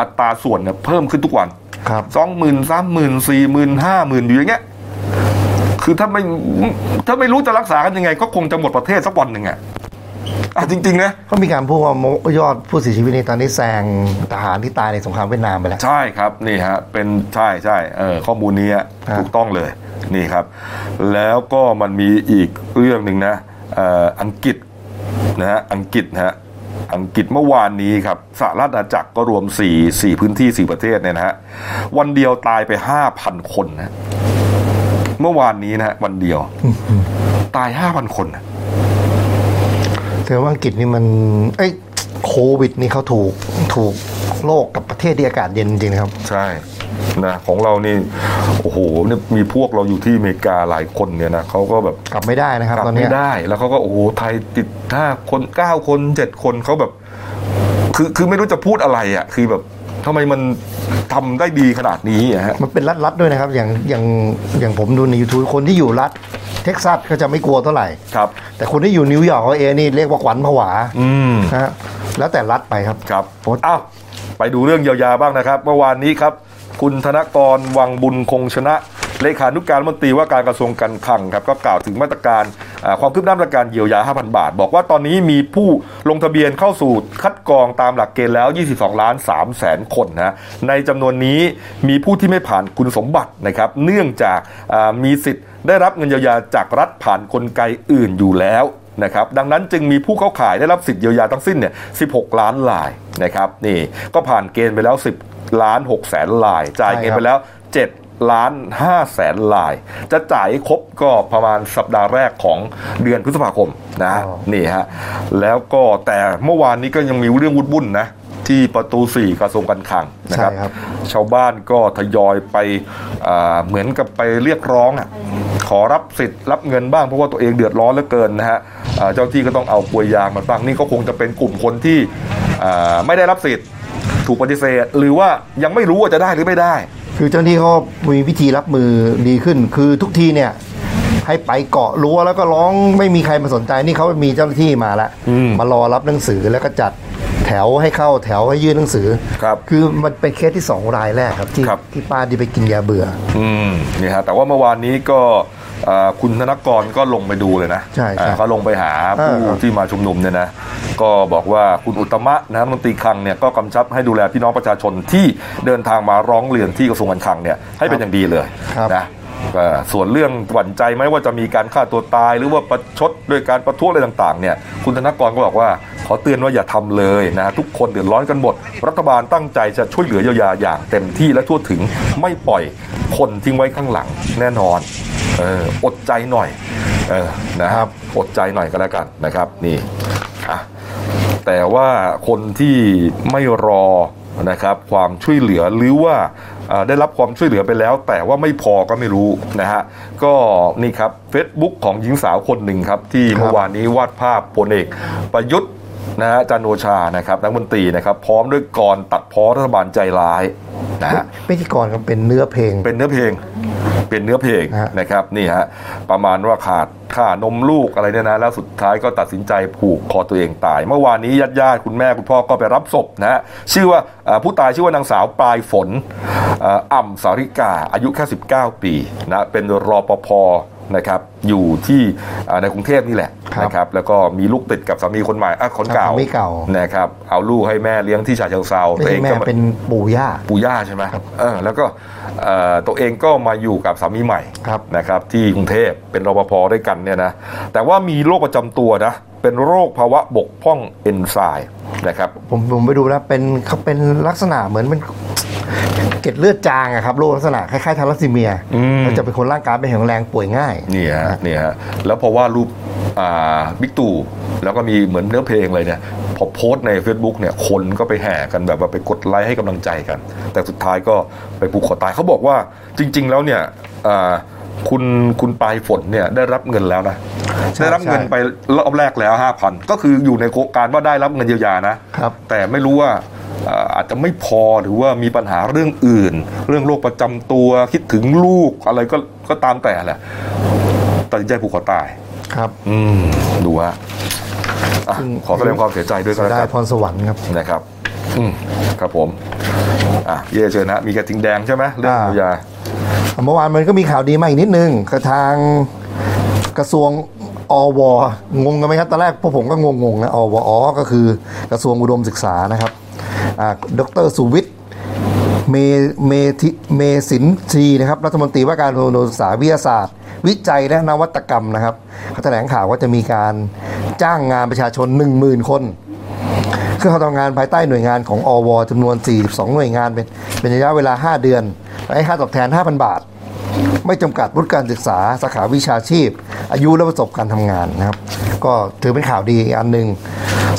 S1: อัตราส่วนเนี่ยเพิ่มขึ้นทุกวัน
S2: ครับ
S1: สองหมื่นสามหมื่นสี่หมื่นห้าหมื่นอยู่อย่างเงี้ย คือถ้าไม่ถ้าไม่รู้จะรักษากันยังไง ก็คงจะหมดประเทศสักวันหนึ่งอะ อ่ะจริง ๆ นะ
S2: เขามีการพูดว่ายอดผู้เสียชีวิตในตอนนี้แซงทหารที่ตายในสงครามเวียดนามไปแล้ว
S1: ใช่ครับนี่ฮะเป็นใช่ใช่เออข้อมูลนี้อะ
S2: ครับ
S1: ถูกต้องเลยนี่ครับ แล้วก็มันมีอีกเรื่องหนึ่งนะเอ่ออังกฤษนะฮะอังกฤษนะฮะอังกฤษเมื่อวานนี้ครับสหรัฐอาณาจักรก็รวม 4 4 พื้นที่ 4 ประเทศเนี่ยนะฮะวันเดียวตายไป 5,000 คนนะเมื่อวานนี้นะฮะวันเดียว ตาย 5,000 คนนะ
S2: แสดงว่าอังกฤษนี่มันเอ้ยโควิดนี่เขาถูกถูกโลกกับประเทศที่อากาศเย็นจริงๆนะครับ
S1: ใช่นะของเรานี่โอ้โหเนี่ยมีพวกเราอยู่ที่อเมริกาหลายคนเนี่ยนะเขาก็แบบ
S2: กลับไม่ได้นะครับ
S1: กลั
S2: ตอนเนี้
S1: ไม่
S2: ย
S1: ได้แล้วเขาก็โอ้โหไทยติดห้าคนเก้าคนเจ็ดคนเขาแบบ คือคือไม่รู้จะพูดอะไรอ่ะ คือแบบทำไมมันทำได้ดีขนาดนี้อะฮะ
S2: มันเป็นรัฐรัฐๆด้วยนะครับ อย่างอย่างอย่างผมดูใน YouTube คนที่อยู่รัฐเท็กซัสก็จะไม่กลัวเท่าไหร่
S1: ครับ
S2: แต่คนที่อยู่นิวยอร์กเอนี่เรียกว่าขวัญผวา
S1: อืม
S2: นะฮะแล้วแต่รัฐไปครับ
S1: ครับ
S2: โอ๊ต
S1: อ้าวไปดูเรื่องเยียวยาบ้างนะครับ เมื่อวานนี้ครับ คุณธนกรวังบุญคงชนะ เลขานุกการรัฐมนตรีว่าการกระทรวงการคลังครับ ก็กล่าวถึงมาตรการอ่าความคืบหน้ามาตรการเยียวยา 5,000 บาท บอกว่าตอนนี้มีผู้ลงทะเบียนเข้าสู่คัดกรองตามหลักเกณฑ์แล้ว 22 ล้าน3แสนคนนะในจำนวนนี้มีผู้ที่ไม่ผ่านคุณสมบัตินะครับ เนื่องจากอ่ามีสิทธิ์ได้รับเงินเยียวยาจากรัฐผ่านกลไกอื่นอยู่แล้ว นะครับดังนั้นจึงมีผู้เข้าขายได้รับสิทธิ์เยียวยาทั้งสิ้นเนี่ย 16 ล้านรายนะครับนี่ก็ผ่านเกณฑ์ไปแล้ว 10 ล้าน6แสนราย จ่ายเงินไปแล้ว 7 ล้าน5แสนราย จะจ่ายให้ครบก็ประมาณสัปดาห์แรกของเดือนพฤษภาคมนะ
S2: อ๋อ
S1: นี่ฮะแล้วก็แต่เมื่อวานนี้ก็ยังมีเรื่องวุ่นวุ่นๆนะ ที่ประตู 4 กระทรวงการคลังนะครับ
S2: ใช่ครับ
S1: ชาวบ้านก็ทยอยไปอ่าเหมือนกับไปเรียกร้องอะขอรับสิทธิ์รับเงินบ้างเพราะว่าตัวเองเดือดร้อนเหลือเกินนะฮะอ่าเจ้าที่ก็ต้องเอากลวยยางมาตั้งนี่ก็คงจะเป็นกลุ่มคนที่อ่าไม่ได้รับสิทธิ์ถูกปฏิเสธ หรือว่ายังไม่รู้ว่าจะได้หรือไม่ได้
S2: คือเจ้าหน้าที่เขามีวิธีรับมือดีขึ้น คือทุกทีเนี่ย ให้ไปเกาะรั้วแล้วก็ร้องไม่มีใครมาสนใจนี่เขามีเจ้าหน้าที่มาแล้ว
S1: อืม
S2: มารอรับหนังสือแล้วก็จัดแถวให้เข้าแถวให้ยื่นหนังสือ
S1: ครับ
S2: อมันเป็นเคสที่สองรายแรกครับที่
S1: ครับ
S2: ที่ป้าที่ไปกินยาเบื่อ
S1: อืมนี่ฮะแต่ว่าเมื่อวานนี้ก็อ่าคุณธนกรก็ลงไปดูเลยนะ
S2: ใช่ใช่
S1: อ่าก็ลงไปหาผู้
S2: เออ
S1: ที่มาชุมนุมเนี่ยนะก็บอกว่าคุณอุตตมะนะรัฐมนตรีคลังเนี่ยก็กำชับให้ดูแลพี่น้องประชาชนที่เดินทางมาร้องเรียนที่กระทรวงการคลังเนี่ยให้เป็นอย่างดีเลย
S2: ครับ
S1: นะเอ่อส่วนเรื่องหวั่นใจไหมว่าจะมีการฆ่าตัวตาย หรือว่าประชดด้วยการประท้วงอะไรต่างๆเนี่ยคุณธนกรก็บอกว่าขอเตือนว่าอย่าทำเลยนะทุกคนเดือดร้อนกันหมด รัฐบาลตั้งใจจะช่วยเหลือเยียวยาอย่างเต็มที่และทั่วถึงไม่ปล่อยคนทิ้งไว้ข้างหลังแน่นอนเอออดใจหน่อยเออนะครับอดใจหน่อยก็แล้วกันนะครับนี่อ่ะ แต่ว่าคนที่ไม่รอนะครับความช่วยเหลือหรือว่าเอ่อได้รับความช่วยเหลือไปแล้ว แต่ว่าไม่พอก็ไม่รู้นะฮะก็นี่ครับ Facebook ของหญิงสาวคนหนึ่งครับ ที่
S2: ครับ
S1: เมื่อวานนี้วาดภาพพลเอกประยุทธ์นะฮะจันทร์โอชานะครับนักมนตรีนะครับพร้อมด้วยกรตัดเพ้อรัฐบาลใจร้ายนะฮะ
S2: ไม่ใช่ก่อนครับเป็นเนื้อเพลง
S1: เป็นเนื้อเพลง เป็นเนื้อเพลง
S2: ฮะ
S1: นะครับนี่ฮะประมาณว่าขาดค่านมลูกอะไรเนี่ยนะแล้วสุดท้ายก็ตัดสินใจผูกคอตัวเองตาย เมื่อวานนี้ญาติญาติๆคุณแม่คุณพ่อก็ไปรับศพนะฮะชื่อว่าเอ่อผู้ตายชื่อว่านางสาวปลายฝนเอ่ออ่ำสาริกาอายุแค่ 19 ปีนะเป็นรอปภนะครับอยู่ที่เอ่อในกรุงเทพนี่แหละนะครับแล้วก็มีลูกติดกับสามีคนใหม่อ่ะคนเก่า
S2: สามีเก่า
S1: นะครับเอาลูกให้แม่เลี้ยงที่ฉะเชิงเซา
S2: ไม่
S1: ตัวเอ
S2: ใช่
S1: ง
S2: แม่
S1: ก็มา
S2: เป็นปู่ย่า
S1: ปู่ย่าใช่ไหมเออแล้วก็เอ่อตัวเองก็มาอยู่กับสามีใหม่
S2: ครับ
S1: นะครับ ที่กรุงเทพเป็นรปภด้วยกันเนี่ยนะแต่ว่ามีโรคประจำตัวนะ เป็นโรคภาวะบกพร่องเอนไซม์นะครับ
S2: ผมผมไปดูแล้วเป็นเขาเป็นลักษณะเหมือนเป็น เกล็ดเลือดจางอะครับโรคลักษณะคล้ายๆทารัสซีเมีย
S1: อืม
S2: แล้วจะเป็นคนร่างกายไม่แข็งแรงป่วยง่าย
S1: นี่ฮะนี่ฮะแล้วพอว่ารูปอ่าบิ๊กตู่แล้วก็มีเหมือนเนื้อเพลงเลยเนี่ยพอโพสต์ใน Facebook เนี่ยคนก็ไปแห่กันแบบว่าไปกดไลค์ให้กำลังใจกัน แต่สุดท้ายก็ไปผูกคอตายเขาบอกว่าจริง ๆ แล้วเนี่ยอ่าคุณคุณปลายฝนเนี่ยได้รับเงินแล้วนะ
S2: ใช่
S1: ได้รับเงิน
S2: ใช่
S1: ไปรอบแรกแล้ว 5,000 ก็คืออยู่ในโครงการว่าได้รับเงินเยียวยานะ
S2: ครับ
S1: แต่ไม่รู้ว่าเอ่ออาจจะไม่พอหรือว่ามีปัญหาเรื่องอื่น เรื่องโรคประจำตัวคิดถึงลูกอะไรก็ก็ตามแต่แหละตัดสินใจผูกคอตาย
S2: ครับ
S1: อืม ดูฮะอ่ะขอแสดงความเสียใจด้วยกัน
S2: ได้
S1: นะครับ
S2: พรสวรรค์ครับ
S1: นะครับ อืมครับผม อ่ะ เย่เชิญนะ มีกระทิงแดงใช่ไหมเรื่อง
S2: อ่า
S1: เยียวยา
S2: เมื่อวานมันก็มีข่าวดีมาอีกนิดนึงคือทางกระทรวง อวงงกันไหมครับ ตอนแรกพวกผมก็งงๆนะอวอก็คือกระทรวงอุดมศึกษานะครับอ่าดรสุวิทย์ เมเมธิเมสินทรีนะครับรัฐมนตรีว่าการกระทรวงศึกษาวิทยาศาสตร์ วิจัยและนวัตกรรมนะครับเขาแถลงข่าวว่าจะมีการจ้างงานประชาชน 10,000 คนคือเขาทำงานภายใต้หน่วยงานของอวจำนวน 42 หน่วยงานเป็นเป็นระยะเวลา 5 เดือนและให้ค่าตอบแทน 5,000 บาท ไม่จำกัดวุฒิการศึกษาสาขาวิชาชีพ อายุและประสบการณ์ทำงานนะครับ ก็ถือเป็นข่าวดีอีกอันหนึ่ง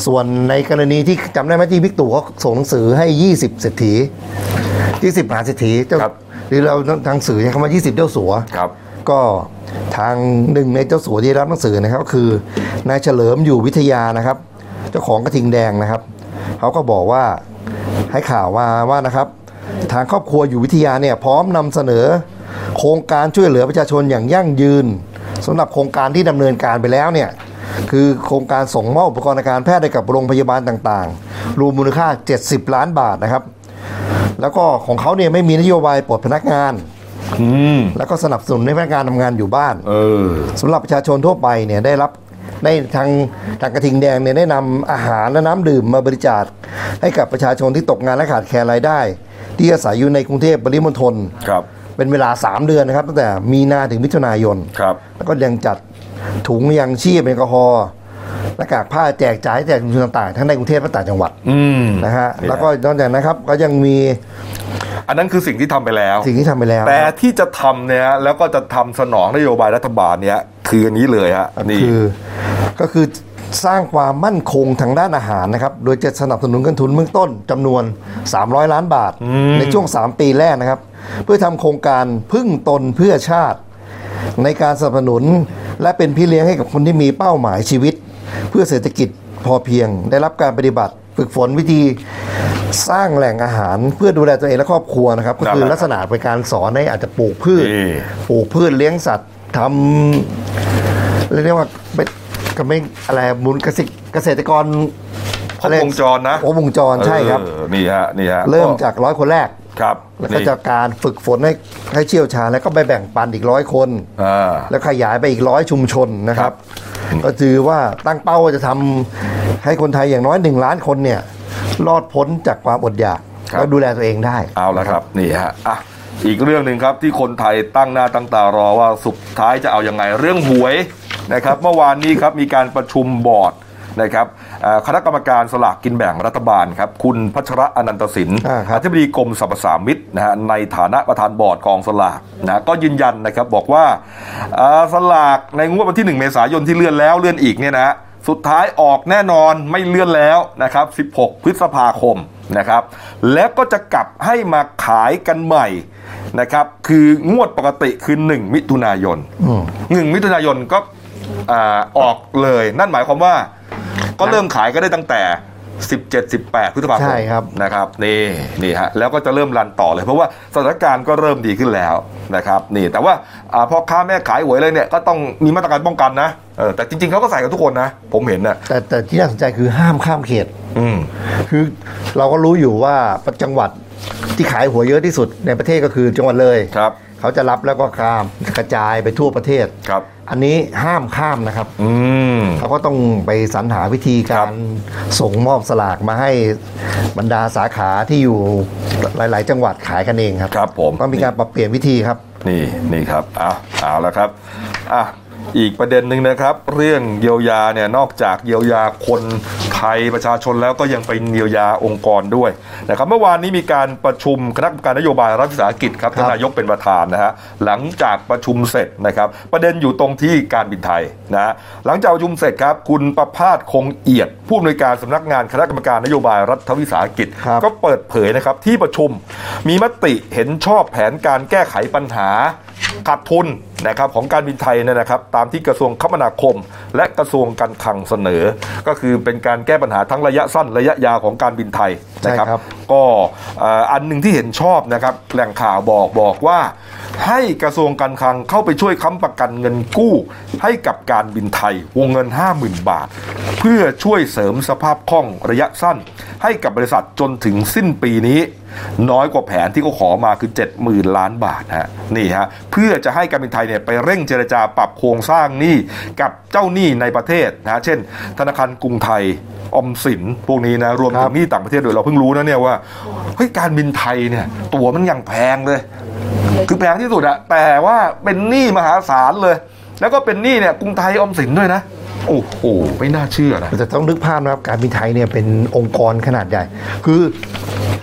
S2: ส่วนในกรณีที่จำได้ไหมที่บิ๊กตู่เขาส่งหนังสือให้ 20 เศรษฐี 20มหาเศรษฐีเจ้า
S1: ครับ
S2: หรือเราทางสื่อใช้คำว่า 20 เจ้าสัว
S1: ครับ
S2: ก็ทางหนึ่งในเจ้าสัวที่รับหนังสือนะครับก็คือนายเฉลิมอยู่วิทยานะครับ เจ้าของกระทิงแดงนะครับเขาก็บอกว่าให้ข่าวว่าว่านะครับ ทางครอบครัวอยู่วิทยาเนี่ยพร้อมนำเสนอ โครงการช่วยเหลือประชาชนอย่างยั่งยืนสำหรับโครงการที่ดำเนินการไปแล้วเนี่ยคือโครงการส่งมอบอุปกรณ์ทางการแพทย์ให้กับโรงพยาบาลต่างๆ รวมมูลค่า 70 ล้านบาทนะครับ แล้วก็ของเขาเนี่ยไม่มีนโยบายปลดพนักงาน
S1: อืม
S2: แล้วก็สนับสนุนให้พนักงานทำงานอยู่บ้าน
S1: เออ
S2: สำหรับประชาชนทั่วไปเนี่ยได้รับได้ทางทางกระทิงแดงเนี่ยได้นำอาหารและน้ำดื่มมาบริจาคให้กับประชาชนที่ตกงานและขาดแคลนรายได้ ที่อาศัยอยู่ในกรุงเทพปริมณฑล
S1: ครับ
S2: เป็นเวลา 3 เดือนนะครับ ตั้งแต่มีนาถึงมิถุนายน
S1: ครับ
S2: แล้วก็ยังจัดถุงยังชีพแอลกอฮอล์หน้ากากผ้าแจกจ่ายให้แจกชุมชนต่างๆทั้งในกรุงเทพและต่างจังหวัด
S1: อืม
S2: นะฮะแล้วก็นอกจากนั้นครับก็ยังมี
S1: อันนั้นคือสิ่งที่ทำไปแล้ว
S2: สิ่งที่ทำไปแล้ว
S1: แต่ที่จะทำเนี่ยแล้วก็จะทำสนองนโยบายรัฐบาลเนี่ยคืออันนี้เลยฮะนี่
S2: คือก็คือสร้างความมั่นคงทางด้านอาหารนะครับ โดยจะสนับสนุนเงินทุนเบื้องต้นจำนวน 300 ล้านบาท ในช่วง 3 ปีแรกนะครับ เพื่อทำโครงการพึ่งตนเพื่อชาติ ในการสนับสนุนและเป็นพี่เลี้ยงให้กับคนที่มีเป้าหมายชีวิต เพื่อเศรษฐกิจพอเพียง ได้รับการปฏิบัติ ฝึกฝนวิธีสร้างแหล่งอาหาร เพื่อดูแลตัวเองและครอบครัวนะครับก็คือ
S1: ครับ
S2: ลักษณะเป็นการสอนให้อาจจะปลูกพืช
S1: นี่
S2: ปลูกพืชเลี้ยงสัตว์ทำ เรียกได้ว่าเป็นก็ไม่อะไรมูลเกษตรเกษตรกร
S1: ครบวงจรนะ
S2: ครบวงจรใช่ครับ
S1: เออนี่ฮะ นี่ฮะ
S2: เริ่มจากร้อยคนแรก
S1: ครับ
S2: แล้วก็จะการฝึกฝนให้ให้เชี่ยวชาญแล้วก็ไปแบ่งปันอีกร้อยคน
S1: อ่า
S2: แล้วขยายไปอีกร้อยชุมชนนะครับ ก็ถือว่าตั้งเป้าว่าจะทำให้คนไทยอย่างน้อยหนึ่งล้านคนเนี่ยรอดพ้นจากความอดอยาก
S1: ครับ
S2: แล้วดูแลตัวเองได้
S1: เอาละครับ นี่ฮะ อ่ะ อีกเรื่องหนึ่งครับที่คนไทยตั้งหน้าตั้งตารอว่าสุดท้ายจะเอาอยัางไงเรื่องหวยนะครับ เมื่อวานนี้ครับมีการประชุมบอร์ดนะครับเอ่อคณะกรรมการสลากกินแบ่งรัฐบาลครับ คุณพัชระอนันตสิน
S2: อ่าครับ
S1: ธิบดีกรมสรรพสามิตนะฮะในฐานะประธานบอร์ดกองสลากนะก็ยืนยันนะครับบอกว่าเอ่อสลากในงวดวันที่ 1 เมษายนที่เลื่อนแล้วเลื่อนอีกเนี่ยนะฮะ สุดท้ายออกแน่นอนไม่เลื่อนแล้วนะครับ 16 พฤษภาคมนะครับ แล้วก็จะกลับให้มาขายกันใหม่นะครับ คืองวดปกติคือ 1 มิถุนายน 1 มิถุนายนก็อ่าออกเลย นั่นหมายความว่า ก็เริ่มขายก็ได้ตั้งแต่ 17 18 พฤษภาคม
S2: ใช่ครับ
S1: นะครับนี่นี่ฮะแล้วก็จะเริ่มรันต่อเลย เพราะว่าสถานการณ์ก็เริ่มดีขึ้นแล้วนะครับนี่แต่ว่าอ่าพ่อค้าแม่ขายหวยเลยเนี่ยก็ต้องมีมาตรการป้องกันนะเออแต่จริงๆเขาก็ใส่กันทุกคนนะ ผมเห็นนะ
S2: แต่แต่ที่น่าสนใจคือห้ามข้ามเขต
S1: อืม
S2: คือเราก็รู้อยู่ว่าจังหวัดที่ขายหัวยเยอะที่สุดในประเทศก็คือจังหวัดเลย
S1: ครับ
S2: เขาจะรับแล้วก็ข้ามกระจายไปทั่วประเทศ
S1: ครับ
S2: อันนี้ห้ามข้ามนะครับ
S1: อืม
S2: เขาก็ต้องไปสรรหาวิธีกา
S1: ครั
S2: ร
S1: บ
S2: ส่งมอบสลากมาให้บรรดาสาขาที่อยู่หลาย ๆ จังหวัดขายกันเองครับ
S1: ครับผม
S2: ก็มีการปรับเปลี่ยนวิธีครับ
S1: นี่นี่ครับเอาเอาละครับอ่ะอีกประเด็นหนึ่งนะครับ เรื่องเยียวยาเนี่ยนอกจากเยียวยาคนไทยประชาชนแล้วก็ยังไปเยียวยาองค์กรด้วยนะครับเมื่อวานนี้มีการประชุมคณะกรรมการนโยบายรัฐวิสาหกิจครับ
S2: ครับ
S1: ท่านนายกเป็นประธานนะฮะหลังจากประชุมเสร็จนะครับ ประเด็นอยู่ตรงที่การบินไทยนะฮะหลังจากประชุมเสร็จครับคุณประพาสคงเอียด ผู้อำนวยการสำนักงานคณะกรรมการนโยบายรัฐวิสาหกิจ
S2: ครับ
S1: ก็เปิดเผยนะครับที่ประชุมมีมติเห็นชอบแผนการแก้ไขปัญหาขาดทุนนะครับของการบินไทยเนยนะครับ ตามที่กระทรวงคมนาคม และกระทรวงการคลังเสนอ ก็คือเป็นการแก้ปัญหาทั้งระยะสั้นระยะยาวของการบินไทยนะครับ
S2: ใช่ครับ
S1: ก็เอ่ออันหนึ่งที่เห็นชอบนะครับแหล่งข่าวบอกบอกว่า ให้กระทรวงการคลังเข้าไปช่วยค้ำประกันเงินกู้ ให้กับการบินไทยวงเงิน 50,000 บาท เพื่อช่วยเสริมสภาพคล่องระยะสั้น ให้กับบริษัทจนถึงสิ้นปีนี้ น้อยกว่าแผนที่เขาขอมาคือ 70,000 ล้านบาทฮะนี่ฮะเพื่อจะให้การบินไทย เนี่ยไปเร่งเจรจาปรับโครงสร้างหนี้กับเจ้าหนี้ในประเทศนะฮะเช่น ธนาคารกรุงไทยออมสินพวกนี้นะรวมถึงหนี้ต่างประเทศด้วยเราเพิ่งรู้นะเนี่ยว่าเฮ้ยการบินไทยเนี่ยตั๋วมันยังแพงเลย คือแพงที่สุดอะแต่ว่าเป็นหนี้มหาศาลเลย แล้วก็เป็นหนี้เนี่ยกรุงไทยออมสินด้วยนะ โอ้โหไม่น่าเชื่อนะ
S2: แต่ต้องนึกภาพนะครับการบินไทยเนี่ยเป็นองค์กรขนาดใหญ่ คือ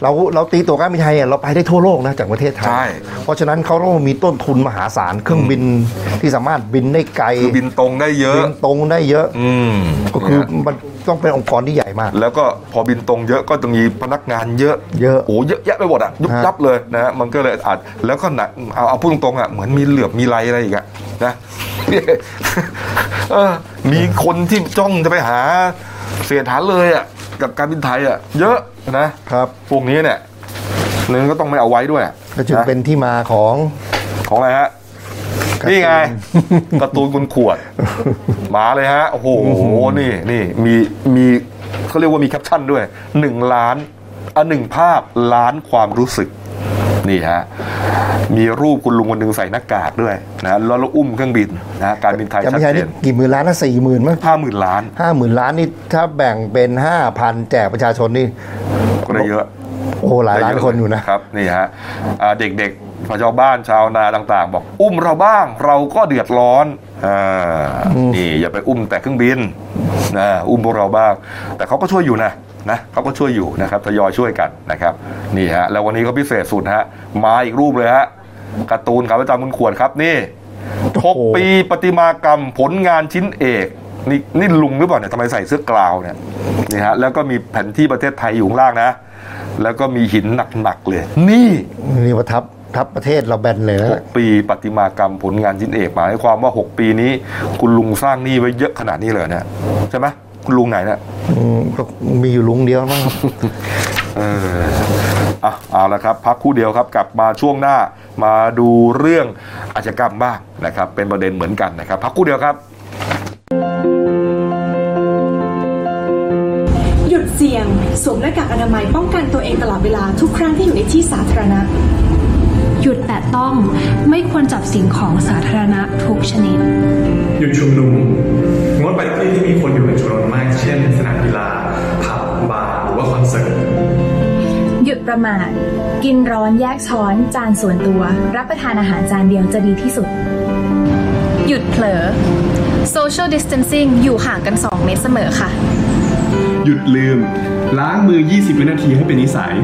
S2: เราเราตีตัวการบินไทยเนี่ยเราไปได้ทั่วโลกนะจากประเทศไทย
S1: ใช่
S2: เพราะฉะนั้นเขาต้องมีต้นทุนมหาศาลเครื่องบินที่สามารถบินได้ไกล
S1: คือบินตรงได้เยอะ
S2: บินตรงได้เยอะ
S1: อืม
S2: ก็คือมันต้องเป็นองค์กรที่ใหญ่มาก
S1: แล้วก็พอบินตรงเยอะก็ต้องมีพนักงานเยอะ
S2: เยอะ
S1: โอ้เยอะแยะไปหมดอ่ะยุบ
S2: ฮะ
S1: ยับเลยนะฮะมันก็เลยอัดแล้วก็หนักเอาเอาพูดตรงๆอ่ะเหมือนมีเหลือบมีไรอะไรอีกอ่ะนะ (laughs) เออมีคนที่จ้องจะไปหาเสียฐานเลยอ่ะกับการบินไทยอ่ะเยอะนะครับ พวกนี้เนี่ยนึงก็ต้องไม่เอาไว้ด้วยอะ
S2: ก็จึง
S1: นะ
S2: เป็นที่มาของ
S1: ของอะไรฮะนี่ไง (laughs) การะตูนคุณขว
S2: (laughs)
S1: ด มาเลยฮะ โอ้โห นี่นี่มีมีเขาเรียกว่ามีแคปชั่นด้วยหนึ่งล้านอันหนึ่งภาพล้านความรู้สึก นี่ฮะ มีรูปคุณลุงคนหนึ่งใส่หน้ากากด้วยนะแล้วเราอุ้มเครื่องบินนะการบินไทย
S2: การ
S1: ชัด
S2: บินไทย
S1: เจ
S2: นี่
S1: น
S2: กี่หมื่นล้านนะสี่หมื่นมั้ง
S1: ห้าหมื่นล้าน
S2: ห้าหมื่นล้านนี่ถ้าแบ่งเป็นห้าพันแจกประชาชนนี่
S1: ก็ได้เยอะ
S2: โอ้หลายล้านคนอยู่นะ
S1: ครับนี่ฮะอ่าเด็กๆชาวบ้านชาวนาต่างๆ บอกอุ้มเราบ้างเราก็เดือดร้อนอ่านี่อย่าไปอุ้มแต่เครื่องบินนะอุ้มพวกเราบ้าง แต่เขาก็ช่วยอยู่นะนะเขาก็ช่วยอยู่นะครับทยอยช่วยกันนะครับนี่ฮะแล้ววันนี้เขาพิเศษสุดฮะมาอีกรูปเลยฮะการ์ตูนครับอาจารย์บุญขวดครับนี่หก
S2: โอ้โห
S1: ปีประติมากรรมผลงานชิ้นเอกนี่นี่ลุงหรือเปล่าเนี่ยทำไมใส่เสื้อกลาวเนี่ยนี่ฮะแล้วก็มีแผนที่ประเทศไทยอยู่ข้างล่างนะ แล้วก็มีหินหนัก ๆ เลย นี่
S2: นี่ว่าทับทับประเทศเราแบนเลยนะ
S1: 6 ปีประติมากรรมผลงานชิ้นเอกหมายความว่า 6 ปีนี้ คุณลุงสร้างหนี้ไว้เยอะขนาดนี้เลยเนี่ยใช่ไหมคุณลุงไหนเนี่ย
S2: อืมก็มีอยู่ลุงเดียวมั้งครับ
S1: เอออ่ะเอาละครับ พักครู่เดียวครับ กลับมาช่วงหน้ามาดูเรื่องอาชญากรรมบ้างนะครับ เป็นประเด็นเหมือนกันนะครับ พักครู่เดียวครับ
S3: หยุดเสี่ยง สวมหน้ากากอนามัยป้องกันตัวเองตลอดเวลาทุกครั้งที่อยู่ในที่สาธารณะ
S4: หยุดแตะต้องไม่ควรจับสิ่งของสาธารณะทุกชนิด
S5: หยุดชุมนุมงดไปที่ที่มีคนอยู่เป็นจำนวนมาก เช่น สนามกีฬาผับบาร์หรือว่าคอนเสิร์ต
S6: หยุดประมาท กินร้อนแยกช้อน จานส่วนตัว รับประทานอาหารจานเดียวจะดีที่สุด
S7: หยุดเผลอ social distancing อยู่ห่างกัน 2 เมตรเสมอค่ะ
S5: หยุดลืม ล้างมือ 20 วินาทีให้เป็นนิสัย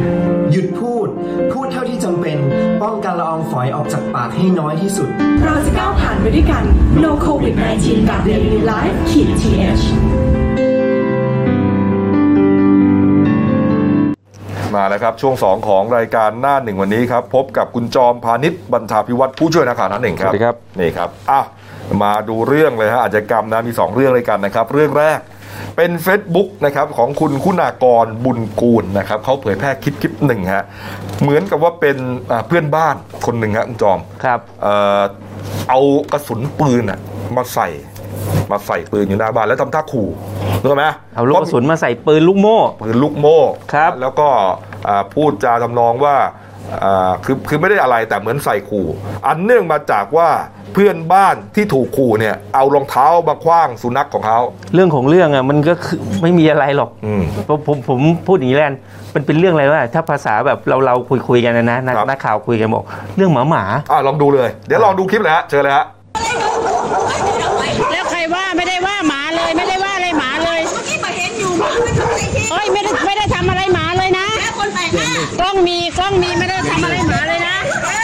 S8: หยุดพูด พูดเท่าที่จำเป็น ป้องกันละอองฝอยออกจากปากให้น้อยที่สุด
S3: เราจะก้าวผ่านไปด้วยกัน No COVID 19กับ Daily Life ขีด th
S1: มาแล้วครับ ช่วง 2 ของรายการหน้าหนึ่งวันนี้ครับ พบกับคุณจอมพานิชบัญชาพิวัตรผู้ช่วยนักข่าวหนั้นเองครับ
S9: สวัสดีครับ
S1: นี่ครับอ่ะมาดูเรื่องเลยฮะอาชญากรรมนะมี 2 เรื่องเลยกันนะครับ เรื่องแรกเป็น Facebook นะครับของคุณคุณากรบุญกูลนะครับเขาเผยแพร่คลิปคลิปหนึ่งฮะเหมือนกับว่าเป็นอ่าเพื่อนบ้านคนหนึ่งฮะคุณจอม
S9: ครับ
S1: เอ่อเอากระสุนปืนอะมาใส่ มาใส่ปืนอยู่หน้าบ้านแล้วทำท่าขู่รู้ไหม
S9: เอาลูกกระสุนมาใส่ปืนลูกโม่
S1: ปืนลูกโม่
S9: ครับ
S1: แล้วก็อ่าพูดจาทำนองว่าอ่าคือคือไม่ได้อะไรแต่เหมือนใส่ขู่ อันเนื่องมาจากว่าเพื่อนบ้านที่ถูกขู่เนี่ย เอารองเท้ามาคว้างสุนัขของเขา
S9: เรื่องของเรื่องอ่ะมันก็คือไม่มีอะไรหรอก
S1: อืม
S9: ผมผมผมพูดอย่างนี้แล้วกันมันเป็นเรื่องอะไรวะถ้าภาษาแบบเราเราคุยคุยๆกันนะนะนัก
S1: ครับ
S9: นักข่าวคุยกันบอก เรื่องหมาหมา
S1: อ่ะลองดูเลย เดี๋ยวลองดูคลิปเลยฮะเชิญเลยฮะ
S10: แล้วใครว่าไม่ได้ว่าหมาเลยไม่ได้ว่าอะไรหมาเลยเอ้ยไม่ได้ไม่ได้ทำอะไรหมาเลยนะกล้องมีกล้องมีไม่ได้ทำอะไรหมาเลยนะไม่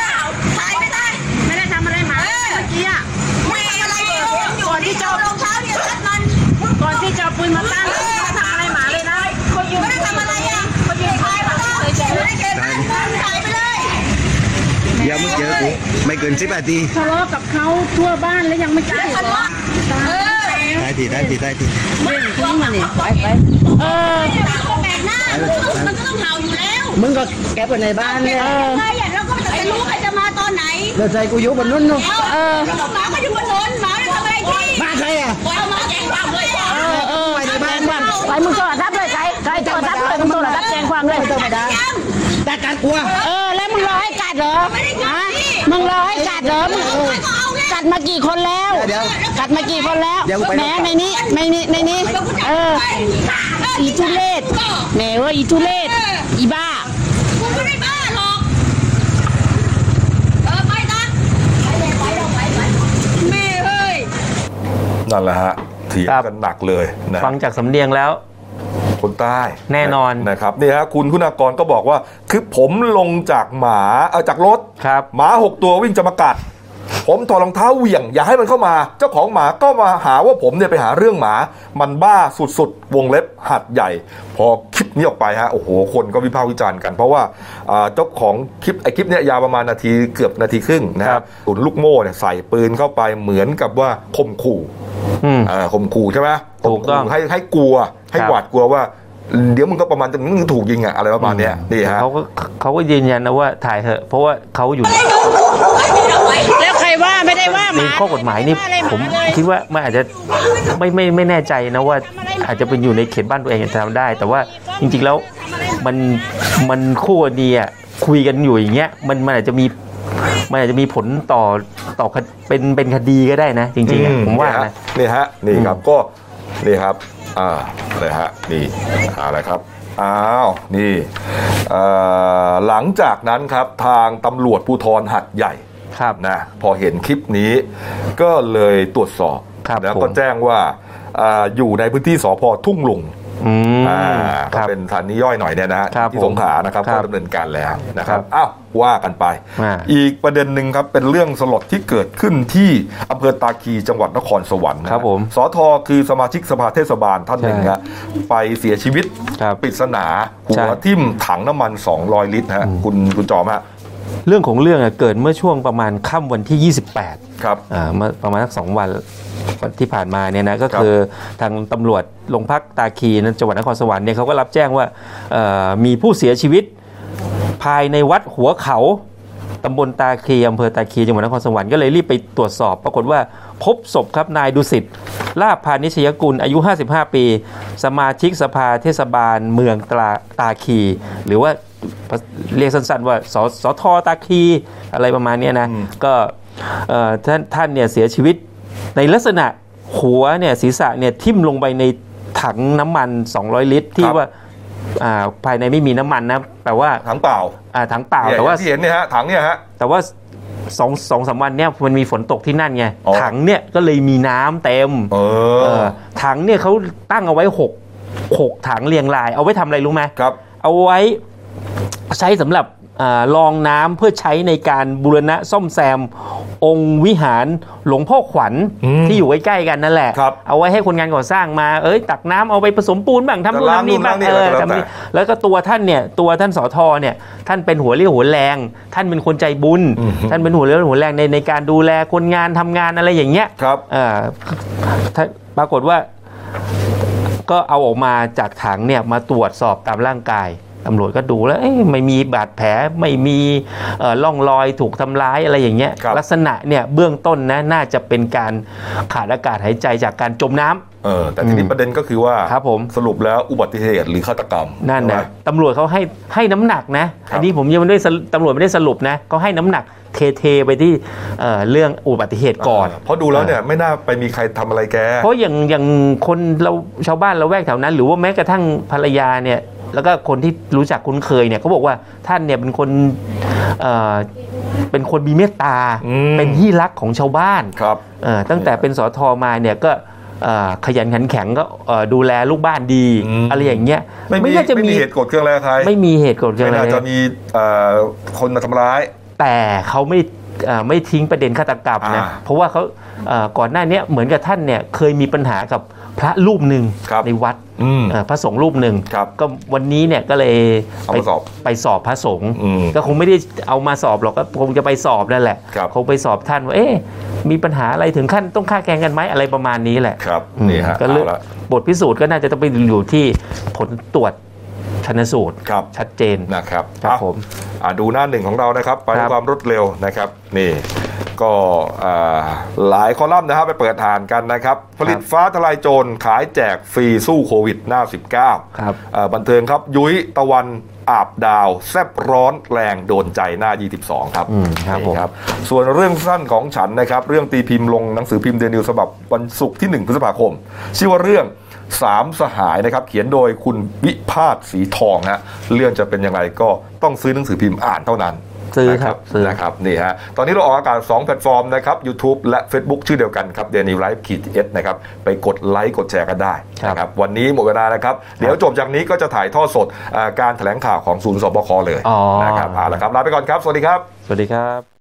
S10: ได้ทำอะไรหมาเมื่อกี้อะก่อนที่จะเอาก่อนที่จะเอาปืนมาตั้งไม่ได้ทำอะไรหมาเลยนะคนยืนคนยืนคอยมาตั้งเฉยๆ
S11: ยังไม่เจอกูไม่เกินสิบนาที
S10: ทะเลาะกับเขาทั่วบ้านแล้วยังไม่จ่ายเหรอ
S11: ได้ทีได้ทีได้ที
S10: เล่นทิ้งมาเนี่ยไปไปเออ
S11: มึงก็แกไปในบ้านเนี่ยแล้วใจกูอยู่บนนู้นนู้น
S10: เออ
S11: บ้านใครอ่ะ
S10: เออไปมึงโทรศัพท์เลยใครใครโทรศัพท์เลยมึงโทรศัพท์แจ้งความเลย
S11: แต่การกลัว
S10: เออแล้วมึงรอให้กัดเหรอฮะมึงรอให้กัดเหรอมึงกัดมากี่คนแล้วกัดมากี่คนแล้ว
S11: เดี๋ยวกูไป
S10: แหมในนี้ในนี้ในนี้เอออีทุเลศแหมเว่าอีทุเลศอีบ้า
S12: กูไม่ได้บ้าหรอก เออ ไปนะไปเลยไปหรอกไปไปแม่เฮ้ย
S1: นั่นแหละฮะเถียงกันหนักเลยนะ
S9: ฟังจากสำเนียงแล้ว
S1: คนใต้
S9: แน่นอน
S1: นะครับนี่ฮะคุณคุณากรก็บอกว่า คือผมลงจากหมาเอาจากรถ
S9: ครับ
S1: หมาหกตัววิ่งจะมากัด ผมถอดรองเท้าเหวี่ยง อย่าให้มันเข้ามา เจ้าของหมาก็มาหาว่าผมเนี่ยไปหาเรื่องหมา มันบ้าสุดๆ วงเล็บหัดใหญ่ พอคลิปนี้ออกไปฮะโอ้โหคนก็วิพากษ์วิจารณ์กัน เพราะว่าอ่าเจ้าของคลิปไอ้คลิปเนี่ยยาวประมาณนาทีเกือบนาทีครึ่งนะครับศูนย์ลูกโม่เนี่ยใส่ปืนเข้าไปเหมือนกับว่าข่มขู่
S9: อืม
S1: อ่าข่มขู่ใช่ไหม
S9: ถูกต้อ
S1: ข่
S9: ง
S1: มขู่ให้ให้กลัว ให้
S9: ครับ
S1: หวาดกลัวว่า เดี๋ยวมึงก็ประมาณจะมึงถูกยิงอะอะไรประมาณเนี้ยนี่ฮะ
S9: เขาก็เขาก็ยืนยันนะว่าถ่ายเถอะ เพราะว่าเขาอยู่
S10: แล้วใครว่าไม่ได้ว่าห
S9: ใน
S10: มา
S9: ข้อกฎหมายนี่ผมคิดว่ามันอาจจะไม่ไม่ไม่แน่ใจนะว่าอาจจะเป็นอยู่ในเขตบ้านตัวเองจะทำได้ แต่ว่าจริงๆแล้วมันมันคู่กรณีอ่ะคุยกันอยู่อย่างเงี้ยมันมันอาจจะมีมันอาจจะมีผลต่อต่อคดเป็นเป็นคดีก็ได้นะ จริงๆอะ
S1: อื
S9: ผมว่านะ
S1: นี่ฮะนี่ครับก็นี่ครับอ่าเลยฮะนี่อะไรครับอ้าวนี่เอ่อหลังจากนั้นครับทางตำรวจภูธรหัดใหญ่
S9: ครับ
S1: นะพอเห็นคลิปนี้ก็เลยตรวจสอบแล้วก็
S9: ผม
S1: แจ้งว่าอาอยู่ในพื้นที่สพทุ่งลุง
S9: อืม
S1: อ่า
S9: ค
S1: ก็
S9: รับ
S1: เป็นฐานนิย่อยหน่อยเนี่ยนะฮะ
S9: ครับ
S1: ที่
S9: ผม
S1: สงขลานะครับ
S9: ครั
S1: ก็
S9: บ
S1: ดำเนินการแล้วนะครับอ้าวว่ากันไป
S9: อ่า
S1: อีกประเด็นหนึ่งครับเป็นเรื่องสลดที่เกิดขึ้นที่อำเภอตาคีจังหวัดนครสวรรค์นะครับผมสอทอคือสมาชิกสภาเทศบาลท่านหนึ่งฮะไปเสียชีวิตปริศนา หั
S9: ใช่
S1: วทิ่มถังน้ำมัน 200 ลิตรฮะคุณคุณจอมฮะ
S9: เรื่องของเรื่องอะเกิดเมื่อช่วงประมาณค่ำวันที่ 28
S1: ครับ
S9: อ่าเมื่อประมาณสักสองวันที่ผ่านมาเนี่ยนะก็คือทางตำรวจโรงพักตาคีนะจังหวัดนครสวรรค์เนี่ยเขาก็รับแจ้งว่าเอ่อมีผู้เสียชีวิต ภายในวัดหัวเขาตำบลตาคีอำเภอตาคีจังหวัดนครสวรรค์ก็เลยรีบไปตรวจสอบ ปรากฏว่าพบศพครับนายดุสิตลาภพานิชยกุลอายุ 55 ปี สมาชิกสภาเทศบาลเมืองตราตาคี หรือว่าเรียกสั้นๆว่าสสทตาคีอะไรประมาณเนี้ยนะ ก็เอ่อท่านท่านเนี่ยเสียชีวิตในลักษณะหัวเนี่ยศีรษะเนี่ยทิ่มลงไปในถังน้ำมัน 200 ลิตร ที่ว่าอ่าภายในไม่มีน้ำมันนะแปลว่า
S1: ถังเปล่า
S9: อ่าถังเปล่า
S1: เนี่ย
S9: แต่ว่า
S1: อย่งที่เห็นเนี่ยฮะถังเนี่ยฮะ
S9: แต่ว่าสองสองสามวันเนี่ยมันมีฝนตกที่นั่นไง
S1: อ๋อ
S9: ถังเนี่ยก็เลยมีน้ำเต็ม
S1: เออ
S9: เออถังเนี่ยเขาตั้งเอาไว้หกหกถังเรียงราย เอาไว้ทำอะไรรู้ไหม
S1: ครับ
S9: เอาไว้ใช้สำหรับอ่ารองน้ำเพื่อใช้ในการบูรณะซ่อมแซม องค์วิหารหลวงพ่อขวัญที่อยู่ใกล้ๆกันนั่นแหละ เอาไว้ให้คนงานก่อสร้าง มาเอ้ยตักน้ำเอาไปผสมปูนบ้างทำนู่น
S1: ล้าง
S9: ทำนี่
S1: นู่น
S9: บ้าง
S1: ล้างนี่
S9: เออ
S1: แล้วแต่
S9: ทำนี่ แล้วก็ตัวท่านเนี่ยตัวท่านสอทอเนี่ยท่านเป็นหัวเรี่ยวหัวแรง ท่านเป็นคนใจบุญ ท่านเป็นหัวเรี่ยวหัวแรงในในการดูแลคนงานทำงานอะไรอย่างเงี้ย
S1: ครับ
S9: ปรากฏว่า ก็เอาออกมาจากถังเนี่ยมาตรวจสอบตามร่างกายตำรวจก็ดูแล้วเอ้ยไม่มีบาดแผลไม่มีเอ่อร่องรอยถูกทำร้ายอะไรอย่างเงี้ยลักษณะเนี่ยเบื้องต้นนะน่าจะเป็นการขาดอากาศหายใจจากการจมน้ำ
S1: เออแต่ทีนี้ประเด็นก็คือว่า
S9: ครับผม
S1: สรุปแล้วอุบัติเหตุหรือฆาตกรรม
S9: นั่นนะ
S1: ใช่ไหม
S9: ตำรวจเขาให้ให้น้ำหนักนะ อันนี้ผมยังไม่ได้สรุปตำรวจไม่ได้สรุปนะเขาให้น้ำหนักเทเทๆไปที่เอ่อเรื่องอุบัติเหตุก่อน
S1: เออเพราะดูแล้วเนี่ยไม่น่าไปมีใครทำอะไรแก
S9: เพราะอย่างอย่างคนเราชาวบ้านเราแวกแถวนั้น หรือว่าแม้กระทั่งภรรยาเนี่ยแล้วก็คนที่รู้จักคุ้นเคยเนี่ยเขาบอกว่าท่านเนี่ยเป็นคนเอ่อเป็นคนมีเมตตา เป็นที่รักของชาวบ้านเอ่อตั้งแต่เป็นสอทอมาเนี่ยก็เอ่อขยันขันแข็งก็เอ่อดูแลลูกบ้านดีอะไรอย่างเงี้ย
S1: ไม่มี
S9: น่าจะ
S1: ไม่มีเหตุโกรธเครื่องอะไรใคร
S9: ไม่มีเหตุโกรธเครื่องอะไร
S1: ไม่น่าจะมีเอ่อคนมาทำร้าย
S9: แต่เขาไม่เอ่อไม่ทิ้งประเด็นฆาตกรรมนะ
S1: อ่า
S9: เพราะว่าเขาเอ่อก่อนหน้าเนี้ยเหมือนกับท่านเนี่ยเคยมีปัญหากับพระรูปหนึ่งในวัดเอ่อพระสงฆ์รูปหนึ่งก็วันนี้เนี่ยก็เลย
S1: เอา
S9: ไป
S1: มาสอบ
S9: ไปสอบพระสงฆ์
S1: อืม
S9: ก็คงไม่ได้เอามาสอบหรอกก็คงจะไปสอบนั่นแหละคงไปสอบท่านว่าเอ๊ะมีปัญหาอะไรถึงขั้นต้องฆ่าแกล้งกันไหมอะไรประมาณนี้แหละ
S1: ครับ
S9: อืม
S1: นี่ฮะ
S9: ก็เลือก
S1: เอาละ
S9: บทพิสูจน์ก็น่าจะต้องไปอยู่ที่ผลตรวจชันสูตรชัดเจน
S1: นะครับ
S9: ครับผม
S1: อ่ะดูหน้าหนึ่งของเรานะครับ ไปด้วยความรวดเร็วนะครับ นี่ ก็อ่าหลายคอลัมน์นะฮะไปเปิดอ่านกันนะครับ ผลิตฟ้าทลายโจรขายแจกฟรีสู้โควิดหน้า 19 ครับบันเทิงครับ ยุ้ยตะวันอาบดาว แซบร้อนแรงโดนใจหน้า 22 ครับ
S9: อืมครับผม
S1: นี่ครับ ส่วนเรื่องสั้นของฉันนะครับ เรื่องตีพิมพ์ลงหนังสือพิมพ์เดนิวฉบับวันศุกร์ที่ 1 พฤษภาคม ชื่อว่าเรื่องสามสหายนะครับ เขียนโดยคุณวิพาสสีทองฮะเรื่องจะเป็นยังไงก็ต้องซื้อหนังสือพิมพ์อ่านเท่านั้น
S9: ซื้อครับซื้อ
S1: นะครับนี่ฮะตอนนี้เราออกอากาศ 2 แพลตฟอร์มนะครับ YouTube และ Facebook ชื่อเดียวกันครับเดนิวไลฟ์ขีดเอสนะครับ ไปกดไลค์กดแชร์กันได้นะครับวันนี้หมดเวลานะครับ เดี๋ยวจบจากนี้ก็จะถ่ายทอดสดอ่าการแถลงข่าวของศูนย์สบคเลย
S9: อ๋อ
S1: นะครับเอาละครับ ลาไปก่อนครับ สวัสดีครับ
S9: สวัสดีครับ